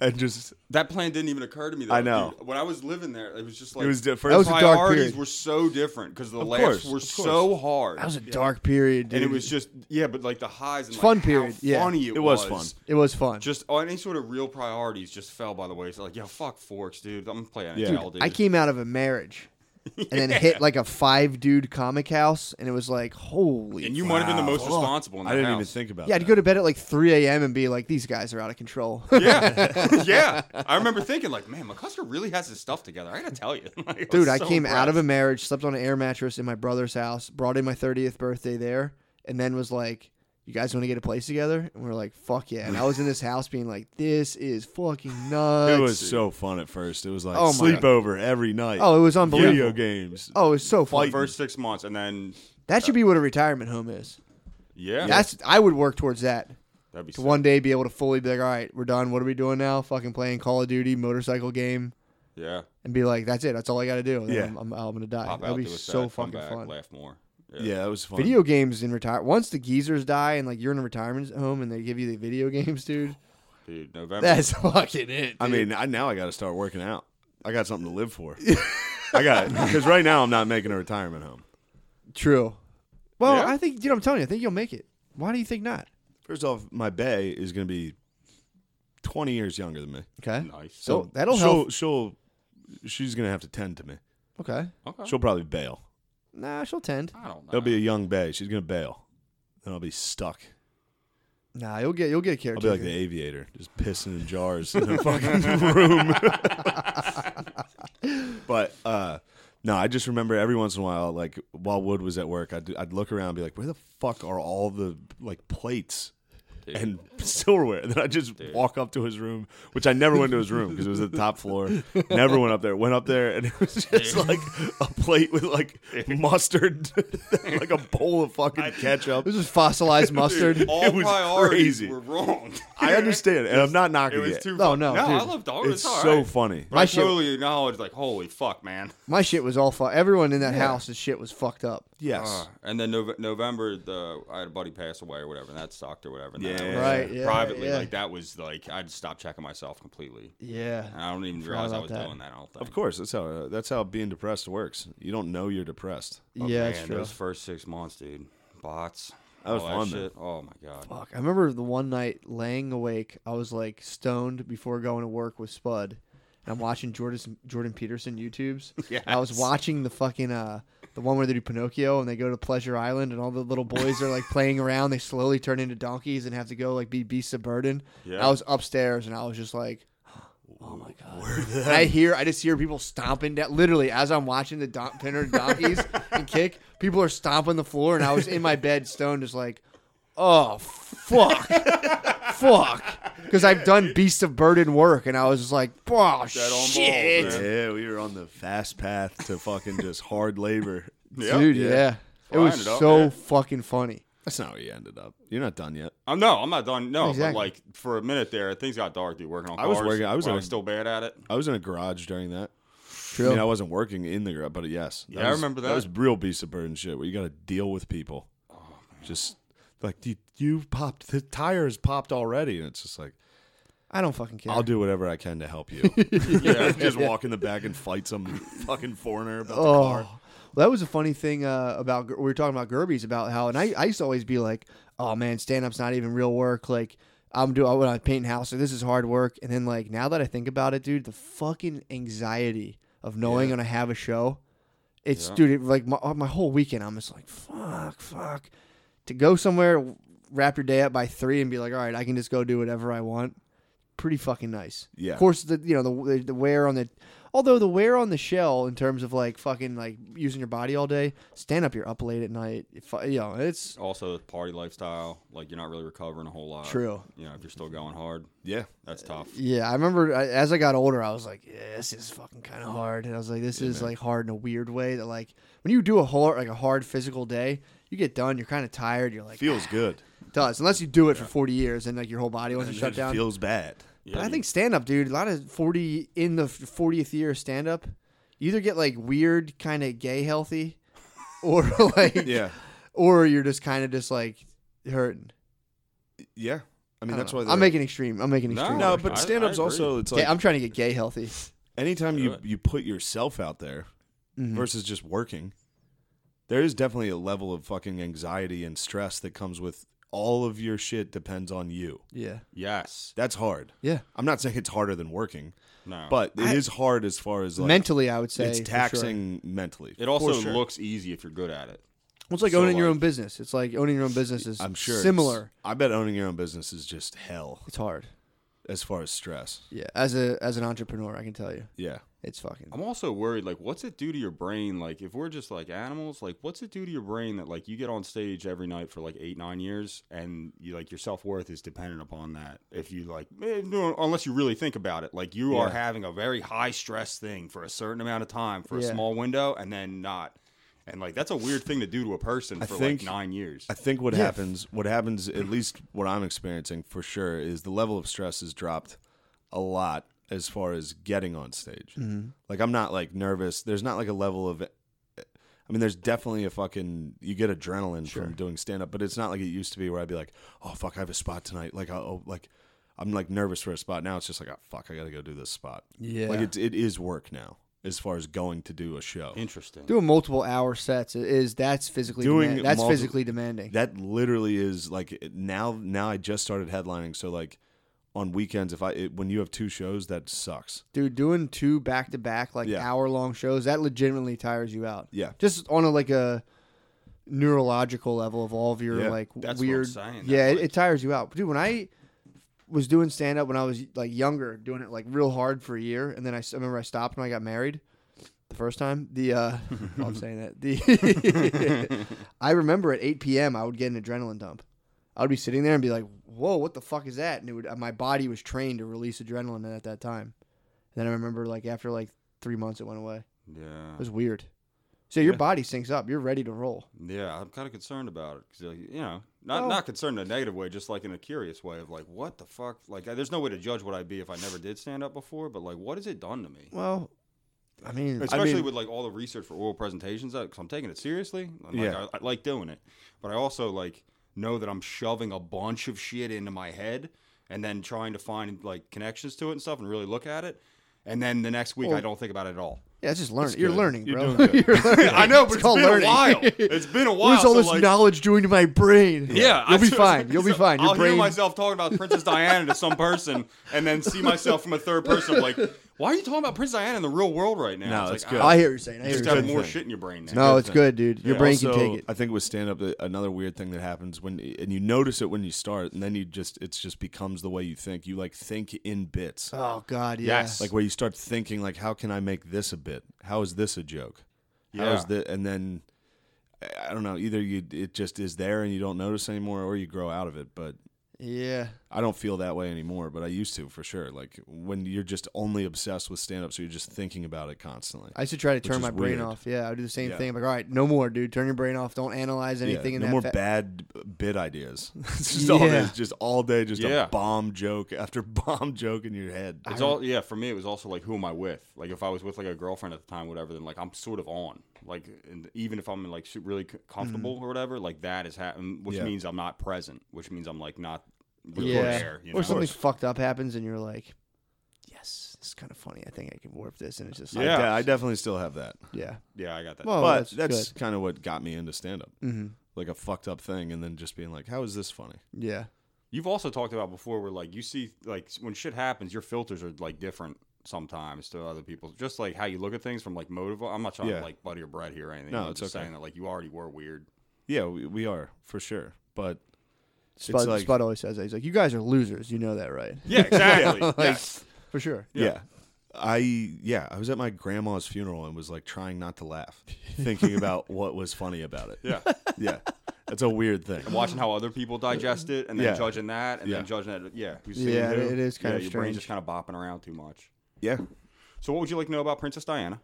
and just That plan didn't even occur to me. Though. I know. Dude, when I was living there, it was just like it was the first. That was a dark priorities period. were so different because the course, laughs of were course. so hard. That was a dark period, dude. and it was just yeah, but like the highs and like, Fun how period, yeah. Funny it, It was fun. it was fun. Just any sort of real priorities just fell by the wayside. Like yo, fuck forks, dude. I'm playing Yeah. NHL, dude. I came out of a marriage, and then hit like a five dude comic house, and it was like holy. and you might have been the wow. most responsible. In that I didn't house. even think about. Yeah, I'd that. go to bed at like 3 a.m. and be like, these guys are out of control. Yeah, yeah. I remember thinking like, man, McCusker really has his stuff together. I gotta tell you, Like, was Dude, I so came out of a impressed. marriage, slept on an air mattress in my brother's house, brought in my 30th birthday there, and then was like, you guys want to get a place together? And we are like, fuck yeah. And I was in this house being like, this is fucking nuts. It was so fun at first. It was like Oh my God. sleepover every night. oh, it was video unbelievable. games. Oh, it was so fun. first six months, and then That should be what a retirement home is. yeah, That's I would work towards that. that'd be To sick. one day be able to fully be like, all right, we're done. What are we doing now? Fucking playing Call of Duty, motorcycle game, yeah. and be like, that's it. That's all I got to do. Yeah. Yeah. I'm, I'm, I'm gonna die. Pop That'd out, be do a so set, come fucking back, fun. Laugh more. Yeah, it was fun. Video games in retire. Once the geezers die and like you're in a retirement home and they give you the video games, dude. dude. November. That's fucking it. I mean, I, now I got to start working out. I got something to live for. I got because right now I'm not making a retirement home. true. Well, Yeah? I think, dude, I'm telling you, I think you'll make it. Why do you think not? First off, my bae is going to be 20 years younger than me. Okay. nice. So Oh, that'll she'll, help. She'll she's going to have to tend to me. Okay. Oh, okay. She'll probably bail. Nah, she'll tend. I don't know. That'll be a young bae. She's going to bail. Then I'll be stuck. Nah, you'll get you'll get a I'll character. be like the aviator, just pissing in jars in the fucking room. but uh no, I just remember every once in a while, like while Wood was at work, I'd, I'd look around and be like, "Where the fuck are all the like plates and silverware?" And then I just walk up to his room, which I never went to his room because it was at the top floor. Never went up there. Went up there and it was just like a plate with like mustard, like a bowl of fucking ketchup. this is fossilized mustard. all It was priorities crazy. were wrong. I understand, and I'm not It knocking was it. too. No, fu- Oh, no, no. dude. I love dogs. it's Oh, all so right. funny. But I My shit- totally acknowledge, like, holy fuck, man. My shit was all fucked. Everyone in that house's shit was fucked up. Yes. Uh, and then Nov November, the I had a buddy pass away or whatever, and that sucked or whatever. And then I Yeah. was, Right, yeah, privately, yeah. like that was like I'd stop checking myself completely. Yeah. And I don't even realize I about was that. doing that. I don't think. Of course, that's how uh, that's how being depressed works. You don't know you're depressed. But yeah, man, it's true. Those first six months, dude, bots. That was all fun, though. shit. Oh my god. Fuck. I remember the one night laying awake, I was like stoned before going to work with Spud. And I'm watching Jordan Jordan Peterson YouTubes. Yes. And I was watching the fucking uh The one where they do Pinocchio and they go to Pleasure Island and all the little boys are like playing around. They slowly turn into donkeys and have to go like be beasts of burden. Yeah. I was upstairs and I was just like, oh my god! And I hear, I just hear people stomping down. Literally, as I'm watching the don- pinner donkeys and kick, people are stomping the floor, and I was in my bed, stoned, just like, oh fuck, fuck, because I've done beasts of burden work, and I was just like, oh balls, shit, man. Yeah, we were on the fast path to fucking just hard labor. Yep. dude, yeah. It Well, I was ended up, so yeah. fucking funny. That's not where you ended up. You're not done yet. Um, no, I'm not done. No, Exactly. but like for a minute there, things got dark, dude. Working on I cars. was working- I was while in I a- was still bad at it. I was in a garage during that. True. I mean, I wasn't working in the garage, but yes, that Yeah, I was- remember That that. Oh, was real beast of burden shit where you got to deal with people. Just like you, you popped the tires popped already, and it's just like I don't fucking care. I'll do whatever I can to help you. yeah, just walk in the back and fight some fucking foreigner about the Oh, car. Well, that was a funny thing uh, about we were talking about Gerbies about how, and I, I used to always be like, oh man, stand up's not even real work. Like I'm doing when I paint houses, this is hard work. And then like now that I think about it, dude, the fucking anxiety of knowing I'm gonna have a show, it's dude, it, like my my whole weekend, I'm just like fuck, fuck, to go somewhere, wrap your day up by three, and be like, all right, I can just go do whatever I want. Pretty fucking nice. Yeah. Of course, the you know the the wear on the, although the wear on the shell in terms of like fucking like using your body all day, stand up, you're up late at night. If, you know, it's Also, the party lifestyle, like you're not really recovering a whole lot. True. Uh, You know, if you're still going hard, Yeah, that's tough. yeah. I remember I, as I got older, I was like, yeah, this is fucking kind of hard, and I was like, this is like hard in a weird way that like when you do a hard like a hard physical day, you get done, you're kind of tired, you're like feels good. "Ah, it does unless you do it for 40 years and like your whole body wants to It shut down. feels bad. Yeah, But I dude. think stand up, dude. A lot of forty in the fortieth year stand up, either get like weird, kind of gay healthy, or like Yeah, or you're just kind of just like hurting. yeah. I I mean, that's why don't know. they're- I'm making extreme. I'm making extreme. no, I- but I stand up's agree. also it's Gay- like I'm trying to get gay healthy. anytime Do you it. you put yourself out there Mhm. versus just working, there is definitely a level of fucking anxiety and stress that comes with all of your shit depends on you. Yeah, yes, That's hard. yeah. I'm not saying it's harder than working, no, but it is I- hard as far as like Mentally, I would say it's for sure. taxing mentally. it also For sure. looks easy if you're good at it. Well, it's like so, owning your like- own business. It's like owning your own business is I'm sure it's- similar. I bet owning your own business is just hell It's, hard. as far as stress. Yeah, as a as an entrepreneur, I can tell you, Yeah. it's fucking. I'm also worried, like, what's it do to your brain? Like, if we're just like animals, like, what's it do to your brain that, like, you get on stage every night for like eight, nine years, and you like your self worth is dependent upon that. If you like, eh, no, unless you really think about it, like, you are Yeah. having a very high stress thing for a certain amount of time for Yeah. a small window, and then not, and like that's a weird thing to do to a person for think- like nine years. I think what Yeah. happens, what happens, at least what I'm experiencing for sure, is the level of stress has dropped a lot as far as getting on stage. Mm-hmm. Like I'm not like nervous. There's not like a level of. I mean, there's definitely a fucking you get adrenaline from doing stand up, but it's not like it used to be where I'd be like, oh fuck, I have a spot tonight. Like I oh like. I'm like nervous for a spot now. It's just like, oh fuck, I gotta go do this spot. Yeah. like it's it is work now as far as going to do a show. Interesting. Doing multiple hour sets is that's physically Doing demand- that's multi- physically demanding. That literally is like it- now. Now I just started headlining, so like on weekends, if I it, when you have two shows, that sucks. dude doing two back to back like Yeah. hour long shows that legitimately tires you out Yeah. just on a like a neurological level of all of your Yeah, like that's what I'm weird saying, that, yeah it, like- it tires you out dude when i was doing stand up when i was like younger doing it like real hard for a year and then i, s- I remember i stopped when i got married the first time the uh well, i'm saying that the i remember at 8 p.m i would get an adrenaline dump i would be sitting there and be like whoa what the fuck is that and it would my body was trained to release adrenaline at that time and then i remember like after like three months it went away Yeah. it was weird. So your body syncs up. You're ready to roll. Yeah, I'm kind of concerned about it because you know, not Well- not concerned in a negative way, just like in a curious way of like, what the fuck? Like, I, there's no way to judge what I'd be if I never did stand up before, but like, what has it done to me? Well, I mean, Especially I mean, with like all the research for oral presentations, because I'm taking it seriously. I'm like, Yeah. I, I like doing it, but I also like know that I'm shoving a bunch of shit into my head and then trying to find like connections to it and stuff and really look at it. And then the next week, I Well- don't think about it at all. yeah, it's just learning. You're learning, You're bro. doing good. You're learning. I know, but It's it's called been learning. a while. It's been a while. What is all so, this like- knowledge doing to my brain? Yeah, you'll I- be fine. You'll be so fine. Your I'll brain. hear myself talking about Princess Diana to some person, and then see myself from a third person. I'm like, Why are you talking about Prince Diana in the real world right now? No, it's it's like, good. ah, I hear what you're saying. I You hear what just you're have saying. more thing. shit in your brain now. No, good it's thing. good, dude. Your Yeah. brain Also, can take it. I think with stand up, another weird thing that happens when and you notice it when you start, and then you just it's just becomes the way you think. You like think in bits, Oh God, yeah. Yes. like where you start thinking like, how can I make this a bit? How is this a joke? How Yeah. is this? And then I- I don't know. Either you it just is there and you don't notice anymore, or you grow out of it. But Yeah. I don't feel that way anymore, but I used to for sure. Like when you're just only obsessed with stand up, so you're just thinking about it constantly. I used to try to turn is my brain weird. off. Yeah, I would do the same Yeah. thing. I'm like, all right, no more, dude. Turn your brain off. Don't analyze Yeah, anything in no that. more fa- bad b- bit ideas. it's just all it Yeah. is, just all day, just Yeah. a bomb joke after bomb joke in your head. It's all yeah. For me, it was also like, who am I with? Like, if I was with like a girlfriend at the time, whatever, then like I'm sort of on. Like, and even if I'm like su- really Mm-hmm. c- comfortable or whatever, like that is happening, which Yeah. means I'm not present, which means I'm like not really Yeah. there. You know? or something fucked up happens, and you're like, yes, this is kind of funny. I think I can warp this, and it's just like, I, Yeah. de- I definitely still have that, yeah. Yeah, I got that. Well, but Oh, that's, that's good. Mm-hmm. kind of what got me into stand up. Like a fucked up thing, and then just being like, "How is this funny?" yeah. You've also talked about before where like you see like s- when shit happens, your filters are like different sometimes to other people's. Just like how you look at things from like motive. I'm not trying Yeah. to like butter your bread here or anything. No, I'm it's just okay. saying that like you already were weird. Yeah, we, we are for sure, but Spud, like- Spud always says that. He's like, you guys are losers. You know that, right? Yeah, exactly. For sure. Yeah. Yeah. I yeah, I was at my grandma's funeral and was like trying not to laugh, thinking about what was funny about it. yeah. Yeah. That's a weird thing. watching how other people digest it and then Yeah. judging that and Yeah. then judging that yeah who's Yeah, singing who. it is kinda yeah, your brain's strange. just kind of bopping around too much Yeah. so what would you like to know about princess diana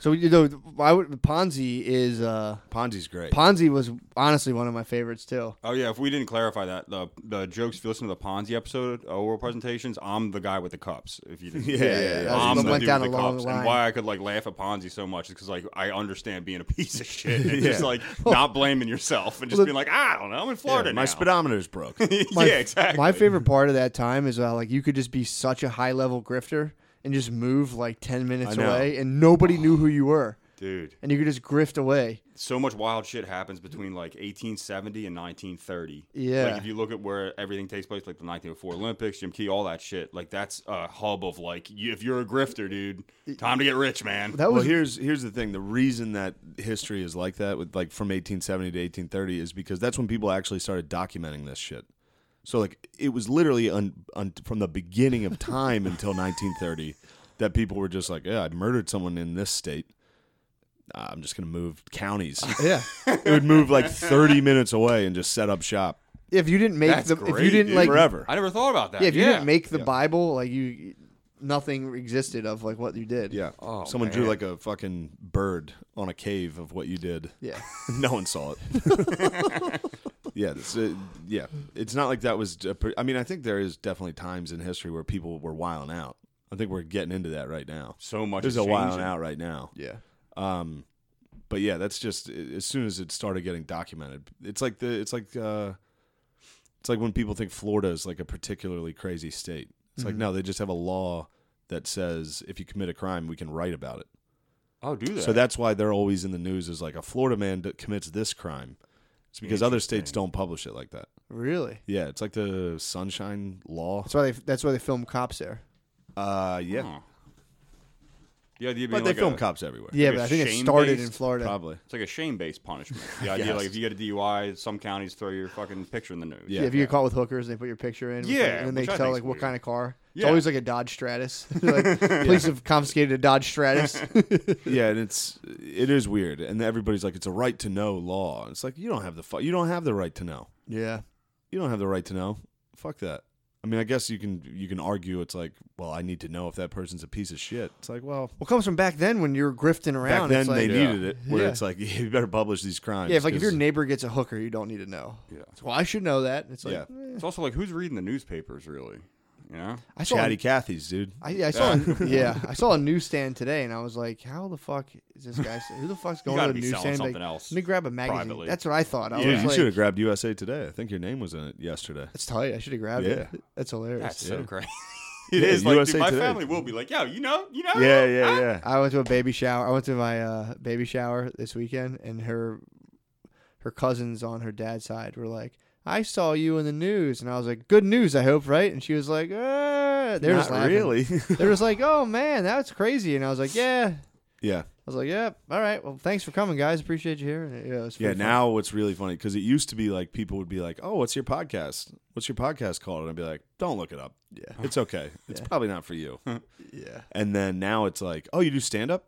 So you know, why would Ponzi is uh, Ponzi's great. Ponzi was honestly one of my favorites too. oh yeah if we didn't clarify that the the jokes if you listen to the ponzi episode uh, oral presentations i'm the guy with the cups if you didn't Yeah, yeah, yeah. That's- i'm that the went dude down with a the long cups line. and why i could like laugh at ponzi so much is because like i understand being a piece of shit and Yeah. just like not blaming yourself and just Look- being like i don't know i'm in florida Yeah, my now. speedometer's broke. My- yeah exactly My favorite part of that time is uh, like you could just be such a high level grifter and just move like ten minutes know. away, and nobody knew who you were, dude and you could just grift away. so much wild shit happens between like 1870 and 1930. Yeah. Like if you look at where everything takes place, like the 1904 Olympics, Jim Key, all that shit, like that's a hub of like, you, if you're a grifter, dude, time to get rich, man. That well, was here's here's the thing. The reason that history is like that with like from 1870 to 1830 is because that's when people actually started documenting this shit. So like it was literally un, un, from the beginning of time until 1930 that people were just like, yeah, I murdered someone in this state. Ah, I'm just gonna move counties. yeah. it would move like 30 minutes away and just set up shop If you didn't make That's the, if you great, didn't dude. like, forever. I never thought about that. yeah, if you didn't make the Bible, like you, nothing existed of like what you did. yeah. Oh, Someone drew man. like a fucking bird on a cave of what you did. yeah. no one saw it. yeah, it's, uh, yeah. It's not like that was. a pr- I mean, I think there is definitely times in history where people were wiling out. I think we're getting into that right now. so much. There's is a wiling changing. out right now. Yeah. Um, but yeah, that's just a- as soon as it started getting documented. It's like the. It's like. Uh, it's like when people think Florida is like a particularly crazy state. It's like no, they just have a law that says if you commit a crime, we can write about it. Oh, do that. So that's why they're always in the news as like a Florida man d- commits this crime. It's because other states don't publish it like that. Really. Yeah, it's like the Sunshine Law. That's why they. That's why they film cops there. Uh, yeah, Huh. The idea but being they Hmm. like film a, cops everywhere. Yeah, Like but a I think it shame started based- in Florida. probably. It's like a shame based punishment. The idea, Yes. like, if you get a DUI, some counties throw your fucking picture in the news. Yeah. Yeah, if you get caught with hookers, they put your picture in. with Yeah, it, and then they which I tell think's like what weird. kind of car. It's Yeah. always like a Dodge Stratus. They're like, police have confiscated a Dodge Stratus. yeah, and it's it is weird, and everybody's like, it's a right to know law. It's like you don't have the fu- you don't have the right to know. yeah, You don't have the right to know. Fuck that. I mean, I guess you can you can argue. It's like, well, I need to know if that person's a piece of shit. It's like, well, what comes from back then when you were grifting back around? then it's like, they Yeah. needed it. Where Yeah. it's like, you better publish these crimes. yeah, if like if 'cause- your neighbor gets a hooker, you don't need to know. Yeah. Well, I should know that. It's like Yeah. eh, It's also like, who's reading the newspapers, really? You know? I saw. Chatty Cathy's, dude. I, I saw. a- yeah, I saw a newsstand today, and I was like, "How the fuck is this guy? Who the fuck's going to gotta a be selling newsstand? something like, else Let me grab a magazine. privately. That's what I thought. I Yeah. was you Oh, like, should have grabbed USA Today. I think your name was in it yesterday. "That's tight. I should have grabbed it. Yeah. That's hilarious." That's Yeah. so crazy. It Yeah, is like dude, USA my Today. family will be like, yo, you know, you know, Yeah, yeah, yeah. I went to a baby shower. I went to my uh, baby shower this weekend, and her her cousins on her dad's side were like, "I saw you in the news," and I was like, "Good news, I hope, right?" And she was like, "Uh," "Eh," they're just Not laughing. really. They're just like, "Oh man, that's crazy," and I was like, "Yeah." yeah. I was like, "Yep, all right. Well, thanks for coming, guys. Appreciate you here." And, yeah, it was Yeah, pretty fun. now what's really funny because it used to be like people would be like, "Oh, what's your podcast? What's your podcast called?" And I'd be like, "Don't look it up. Yeah. It's okay. It's probably not for you." yeah, and then now it's like, "Oh, you do stand up?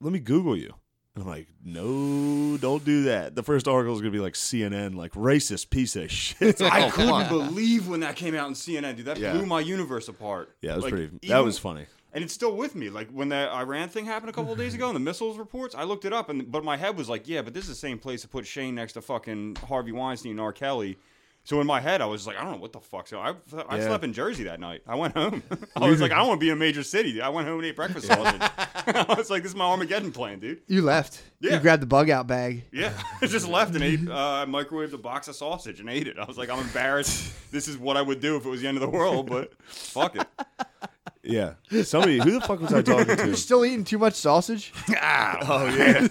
Let me Google you." And I'm like, "No, don't do that." The first article is gonna be like CNN, like racist piece of shit. I Oh, come couldn't on. believe when that came out in CNN, dude. That Yeah. blew my universe apart. Yeah, that was Like, pretty. That even- was funny. and it's still with me. Like when the Iran thing happened a couple of days ago, and the missiles reports, I looked it up, and but my head was like, yeah, but this is the same place to put Shane next to fucking Harvey Weinstein and R. Kelly. So in my head, I was like, I don't know what the fuck. So I, I Yeah. slept in Jersey that night. I went home. I was like, I don't want to be in a major city. I went home and ate breakfast sausage. I was like, this is my Armageddon plan, dude. you left. Yeah. You grabbed the bug out bag. Yeah, I just left and ate. Uh, I microwaved a box of sausage and ate it. I was like, I'm embarrassed. this is what I would do if it was the end of the world, but fuck it. Yeah, somebody who the fuck was I talking You're to? still eating too much sausage. oh yeah,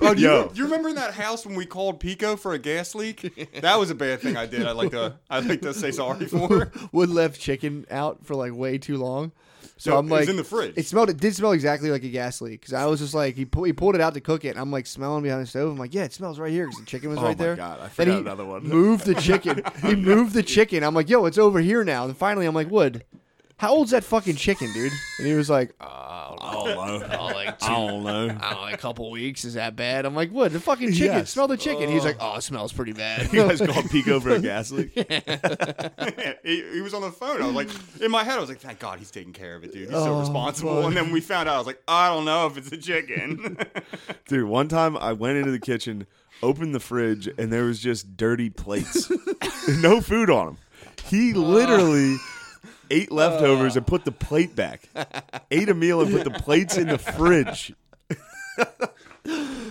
Oh, do Yo. you, do you remember in that house when we called Pico for a gas leak? That was a bad thing I did. I'd like to, I'd like to say sorry for. Wood left chicken out for like way too long. So No, I'm it like, was in the fridge. It smelled. It did smell exactly like a gas leak because I was just like, he, pu- he pulled it out to cook it. And I'm like smelling behind the stove. I'm like, yeah, it smells right here because the chicken was Oh right my there. God, I Then forgot he another one. Moved the chicken. he moved the chicken. I'm like, yo, it's over here now. And finally, I'm like, Wood, how old's that fucking chicken, dude? And he was like, I don't know. oh, like I don't know. I don't know, a couple weeks is that bad? I'm like, Wood, the fucking chicken. Yes. Smell the chicken. He's like, oh, it smells pretty bad. You guys called Pico for a gas leak? he, he was on the phone. I was like, in my head, I was like, thank God he's taking care of it, dude. He's so Oh, responsible. boy. And then we found out. I was like, I don't know if it's a chicken. Dude, one time I went into the kitchen, opened the fridge, and there was just dirty plates. no food on them. He literally ate leftovers and put the plate back. Ate a meal and put the plates in the fridge.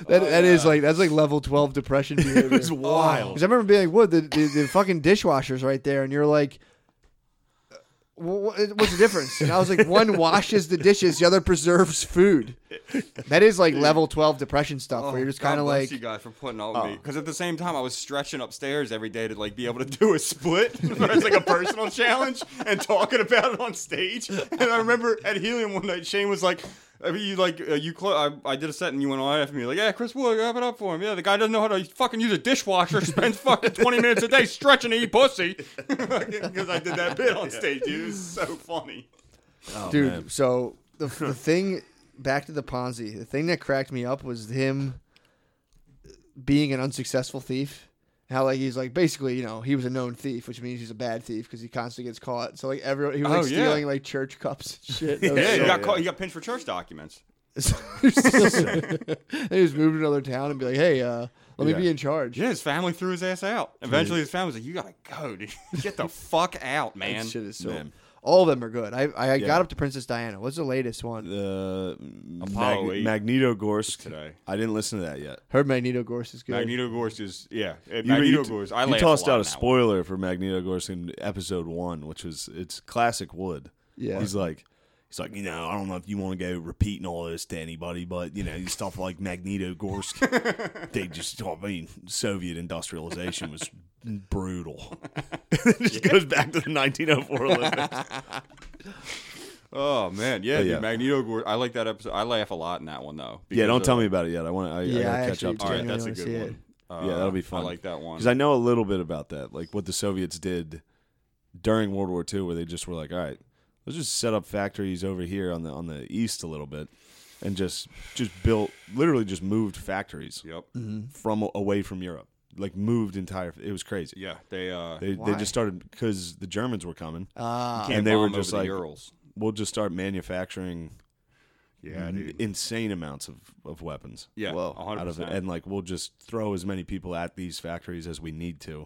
That, that is like that's like level twelve depression behavior. It was wild. Because I remember being like, "What the, the the fucking dishwasher's right there," and you're like, uh, "Wha- wha- "What's the difference?" And I was like, "One washes the dishes, the other preserves food." That is like level twelve depression stuff, where you're just Oh, God kind of bless like, oh. you guys for putting all with me. Because at the same time, I was stretching upstairs every day to like be able to do a split. it's like a personal challenge and talking about it on stage. And I remember at Helium one night, Shane was like. I mean, you like uh, you. Cl- I, I did a set and you went on after me. Like, yeah, Chris Wood, wrap it up for him. Yeah, the guy doesn't know how to fucking use a dishwasher. Spends fucking twenty minutes a day stretching to eat pussy. Because I did that bit on stage, dude. It was so funny. dude. man. So the the thing back to the Ponzi. The thing that cracked me up was him being an unsuccessful thief. How like he's like basically you know he was a known thief, which means he's a bad thief because he constantly gets caught. So like everyone he was like Oh, yeah. stealing like church cups and shit. That was Yeah, you so- got caught. You got pinched for church documents. they just moved to another town and be like, hey, uh, let me Yeah. be in charge. Yeah, his family threw his ass out. Eventually, his family was like, "You gotta go, dude. Get the fuck out, man." That shit is so. Man. All of them are good. I I Yeah. got up to Princess Diana. What's the latest one? The Apollo Mag- eight. Magnitogorsk. Today. I didn't listen to that yet. Heard Magnitogorsk is good. Magnitogorsk is yeah. You, You- you- Magnitogorsk. I you laugh tossed a lot on that out a one. spoiler for Magnitogorsk in episode one, which was it's classic Wood. Yeah. he's like, he's like, you know, I don't know if you want to go repeating all this to anybody, but you know, stuff like Magnitogorsk, they just, I mean, Soviet industrialization was brutal. it just goes back to the 1904 Olympics. Oh man, yeah, Oh, dude, yeah. Magnitogorsk. I like that episode. I laugh a lot in that one though. yeah, don't because, tell uh, me about it yet. I want to. I, Yeah, I I gotta catch actually up. To All it. right, Genuinely that's a wanna good see one. it. Uh, Yeah, that'll be fun. I like that one. Because I know a little bit about that, like what the Soviets did during World War II, where they just were like, "All right, let's just set up factories over here on the on the east a little bit, and just just built, literally just moved factories Yep. from away from Europe, like moved entire. It was crazy. Yeah, they. Uh, They, Why? they just started because the Germans were coming. Ah, can't and they were bomb over just the like- Urals. We'll just start manufacturing Yeah, Mm. dude. insane amounts of, of weapons. Yeah, Whoa. 100%. out of it, and like we'll just throw as many people at these factories as we need to.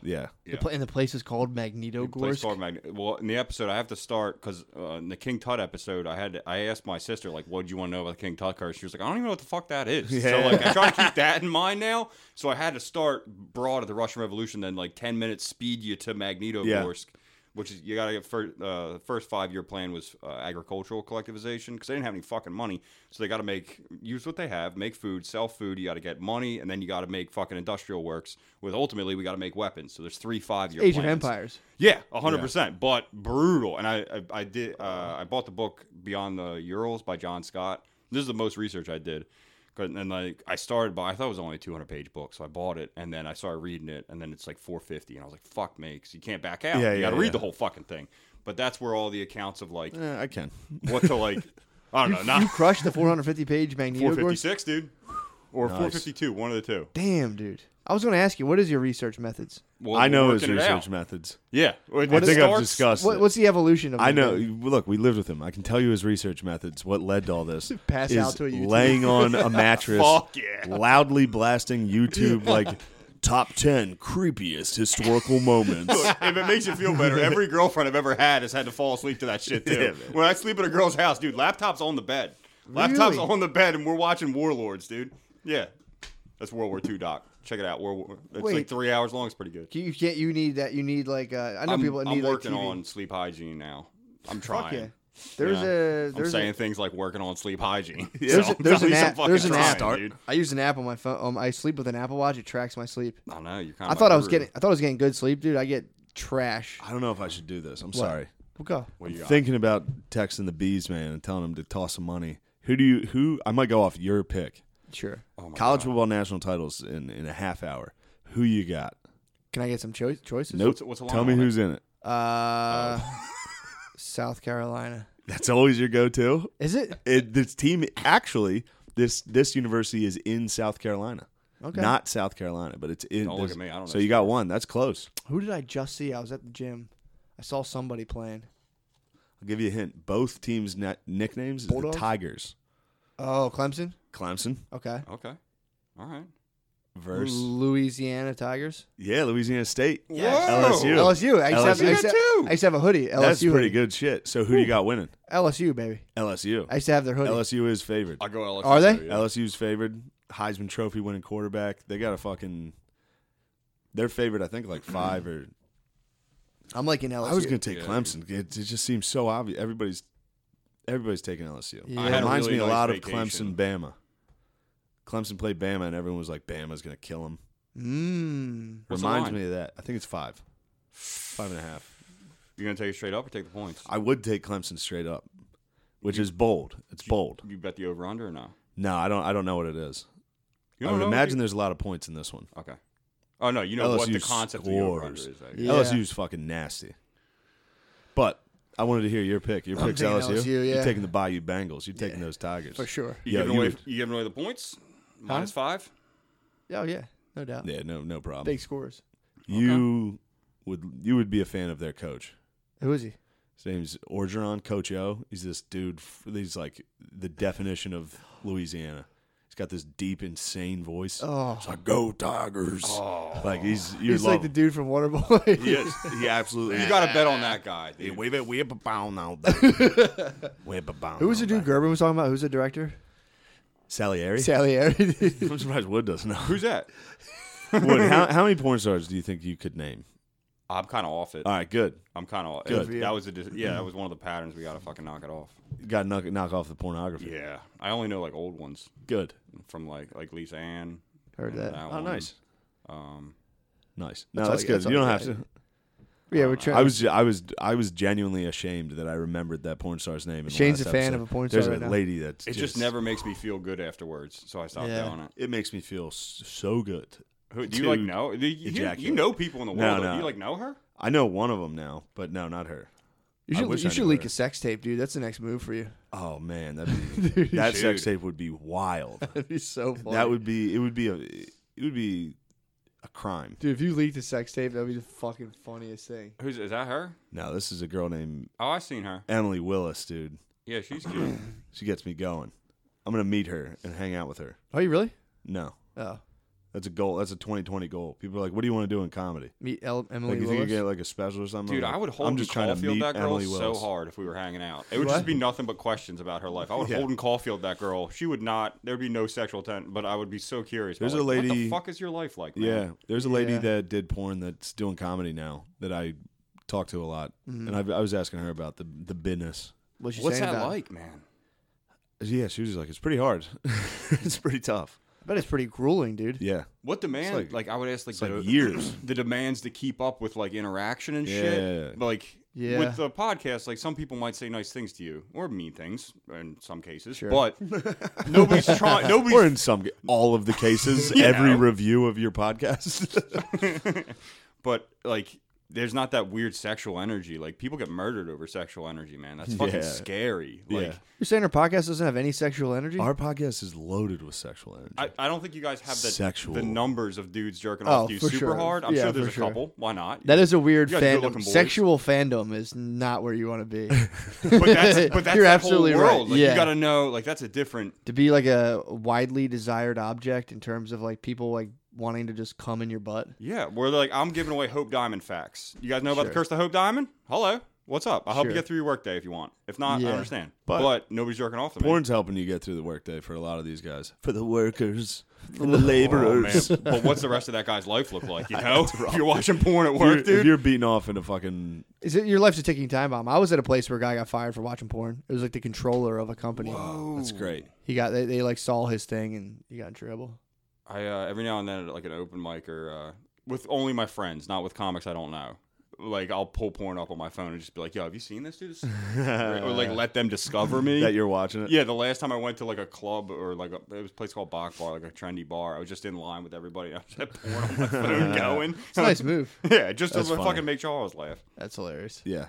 Yeah, the pla- and the place is called Magnitogorsk. Place called Magn- well, in the episode, I have to start because uh, in the King Tut episode, I had I asked my sister like, "What do you want to know about the King Tut curse?" She was like, "I don't even know what the fuck that is." So like, I try to keep that in mind now. So I had to start broad at the Russian Revolution, then like ten minutes speed you to Magnitogorsk, which is you got to get first. Uh, the first five year plan was uh, agricultural collectivization because they didn't have any fucking money, so they got to make use what they have, make food, sell food. You got to get money, and then you got to make fucking industrial works. With ultimately, we got to make weapons. So there's three five year Age of plans. Empires. Yeah, hundred percent, but brutal. And I, I, I did, uh, I bought the book Beyond the Urals by John Scott. This is the most research I did, 'Cause- and like I started by, I thought it was only a two hundred page book, so I bought it, and then I started reading it, and then it's like four fifty, and I was like, fuck me, 'cause you can't back out. Yeah, you yeah, got to read yeah. the whole fucking thing. But that's where all the accounts of like Eh, I can. what to like, I don't know, not You crushed the 450 page Magneto four fifty course. six, dude, or four fifty two, one of the two. Damn, dude. I was going to ask you, what is your research methods? Well, I know we're his working it research out. methods. Yeah, I think I've discussed. What, it. what's the evolution of? I them? know. Look, we lived with him. I can tell you his research methods. What led to all this? Pass is out to a YouTube. laying on a mattress, Fuck yeah. loudly blasting YouTube like top ten creepiest historical moments. if it makes you feel better, every girlfriend I've ever had has had to fall asleep to that shit too. Yeah, man. when I sleep at a girl's house, dude, laptop's on the bed. Laptop's Really? on the bed, and we're watching Warlords, dude. Yeah, that's World War II doc. Check it out. World War. It's like Wait. three hours long. It's pretty good. You can't. You need that. You need like. Uh, I know I'm, people that I'm need working like TV. on sleep hygiene now. I'm Fuck trying. yeah. There's Yeah. a. I'm There's saying a, things like working on sleep hygiene. there's, So, a, at there's an least I'm app. There's an fucking app. trying, dude. I use an app on my phone. Um, I sleep with an Apple Watch. It tracks my sleep. I know you're kind I of. thought I was getting. I thought I was getting good sleep, dude. I get trash. I don't know if I should do this. I'm sorry. We'll go. What you got? Thinking about texting the bees man and telling him to toss some money. Who do you? Who I might go off your pick. Sure. Oh my College God. football national titles in in a half hour. Who you got? Can I get some choi- choices? Nope. what's- what's the Tell line me on it? who's in it. Uh, South Carolina. That's always your go-to. Is it? It, this team actually this this university is in South Carolina. Okay. Not South Carolina, but it's in. Don't look there's- at me. I don't know So you shit. got one. That's close. Who did I just see? I was at the gym. I saw somebody playing. I'll give you a hint. Both teams' na- nicknames is Bulldogs? the Tigers. Oh, Clemson. Clemson Okay. Okay. All right. versus Louisiana Tigers. yeah Louisiana State. Yes. LSU. Whoa. LSU. I used, to have, I, LSU. used to, Too. I used to have a hoodie. LSU. That's pretty hoodie. good shit. So who do you got winning? LSU baby. LSU. I used to have their hoodie. LSU is favored. I'll go LSU. Are they? too, yeah. LSU's favored. Heisman Trophy winning quarterback. They got a fucking. They're favored. I think like five or. I'm like in LSU. I was gonna take Yeah. Clemson. It, it just seems so obvious. Everybody's everybody's taking LSU. Yeah. I It had a reminds really me nice a lot vacation. of Clemson, Bama. Clemson played Bama, and everyone was like, "Bama's gonna kill him." Mmm. What's the Reminds line? me of that. I think it's five, five and a half. You're gonna take it straight up or take the points? I would take Clemson straight up, which is bold. It's bold. You bet the over under or no? No, I don't. I don't know what it is. You I don't would know what imagine you- there's a lot of points in this one. Okay. Oh no, you know what the LSU concept of the over scores. is. I guess. Yeah. LSU's fucking nasty. But I wanted to hear your pick. Your I'm pick's taking LSU. LSU, yeah. You're taking the Bayou Bengals. You're taking those Tigers. For sure. You, Yeah, giving you away, would- you giving away the points? Minus five? Oh yeah. No doubt. Yeah, no, no problem. Big scores. You would you would be a fan of their coach. Who is he? His name's Orgeron Coach O. He's this dude. f- He's like the definition of Louisiana. He's got this deep, insane voice. Oh. It's like go Tigers. Like he's you He's love. like the dude from Waterboy. him. Yes, he absolutely. You gotta bet on that guy. dude. Wave it, wave it, bow now. Wave it, bow. Who was the dude Gerber was talking about? Who's the director? Salieri. Salieri. I'm surprised Wood doesn't know. Who's that? Wood, how, how many porn stars do you think you could name? I'm kind of off it. All right, good. I'm kind of off. Good. That was a dis- yeah. That was one of the patterns. We gotta fucking knock it off. Got to knock, knock off the pornography. Yeah. I only know like old ones Good. from like like Lisa Ann. Heard and that. Oh, one. nice. Um, Nice. No, That's that's, all- good. that's all you don't you have got. to. Yeah, we're trying. I was, I was, I was genuinely ashamed that I remembered that porn star's name. in the Shane's last a fan episode. of a porn There's star a right now. lady that's. it just never makes me feel good afterwards, so I stopped Yeah. doing it. It makes me feel s- so good. Who, do you To like know? Do You, you, ejaculate. you know people in the No, world. no. Do you like know her? I know one of them now, but no, not her. you I should, wish you I should knew leak her. a sex tape, dude. That's the next move for you. Oh man, that'd be, that sex tape would be wild. That'd be so funny. that would be. It would be a. It would be a crime. Dude, if you leaked a sex tape, that'd be the fucking funniest thing. Who's is that? Her? No, this is a girl named Oh, I seen her. Emily Willis, dude. Yeah, she's cute. She gets me going. I'm gonna meet her and hang out with her. Oh, you really? No, Oh, that's a goal. That's a 2020 goal. People are like, "What do you want to do in comedy?" meet El- Emily Like, you think you Willis. get like a special or something? Dude, I'm like, I would hold I'm just trying to Caulfield meet that girl Emily so Willis. hard if we were hanging out. It would What? just be nothing but questions about her life. I would Yeah. hold and Caulfield that girl. She would not. There would be no sexual intent, but I would be so curious. about, There's a like, What the lady- fuck is your life like? Man? Yeah, there's a lady Yeah. that did porn that's doing comedy now that I talk to a lot, Mm-hmm. and I've, I was asking her about the the business. What's she What's saying that about it? like, man? Yeah, she was like, "It's pretty hard. it's pretty tough." I bet it's pretty grueling, dude. Yeah, What demand? like- Like, I would ask, like, it's the, like years. the demands to keep up with like interaction and Yeah. shit. Like Yeah. with the podcast, like some people might say nice things to you or mean things in some cases, Sure. but nobody's trying. Nobody's or in some all of the cases, Yeah. every review of your podcast. but like there's not that weird sexual energy. Like people get murdered over sexual energy, man. That's fucking Yeah. scary. Like Yeah. You're saying her podcast doesn't have any sexual energy? Our podcast is loaded with sexual energy. I, I don't think you guys have the Sexual. the numbers of dudes jerking Oh, off to you for super sure. hard. I'm Yeah, sure there's for a sure. couple. Why not? that is a weird You guys good-looking fandom. boys. Sexual fandom is not where you want to be. but that's but that's You're that absolutely whole right. world. Like Yeah. you got to know. Like that's a different. to be like a widely desired object in terms of like people like wanting to just come in your butt. Yeah, where they're like, I'm giving away Hope Diamond facts. You guys know about the Sure. curse of Hope Diamond? Hello, what's up? I'll help you Sure. get through your workday if you want. If not, Yeah. I understand. But- But, nobody's jerking off to me. Porn's helping you get through the workday for a lot of these guys. For the workers, for the laborers. Oh, But what's the rest of that guy's life look like? You know, if you're watching porn at You're- work, if dude. you're beating off into fucking Is it your life's a ticking time bomb? I was at a place where a guy got fired for watching porn. It was like the controller of a company. Oh. that's great. He got they, they like saw his thing and he got in trouble. I uh, every now and then at like an open mic or uh, with only my friends, not with comics I don't know. Like I'll pull porn up on my phone and just be like, "Yo, have you seen this, dude?" This is- or, or, like let them discover me. that you're watching it. Yeah, the last time I went to like a club or like a, it was a place called Bach Bar, like a trendy bar. I was just in line with everybody. I just had porn on my phone going. It's a nice move. yeah, just to That's funny. fucking make Charles laugh. That's hilarious. Yeah.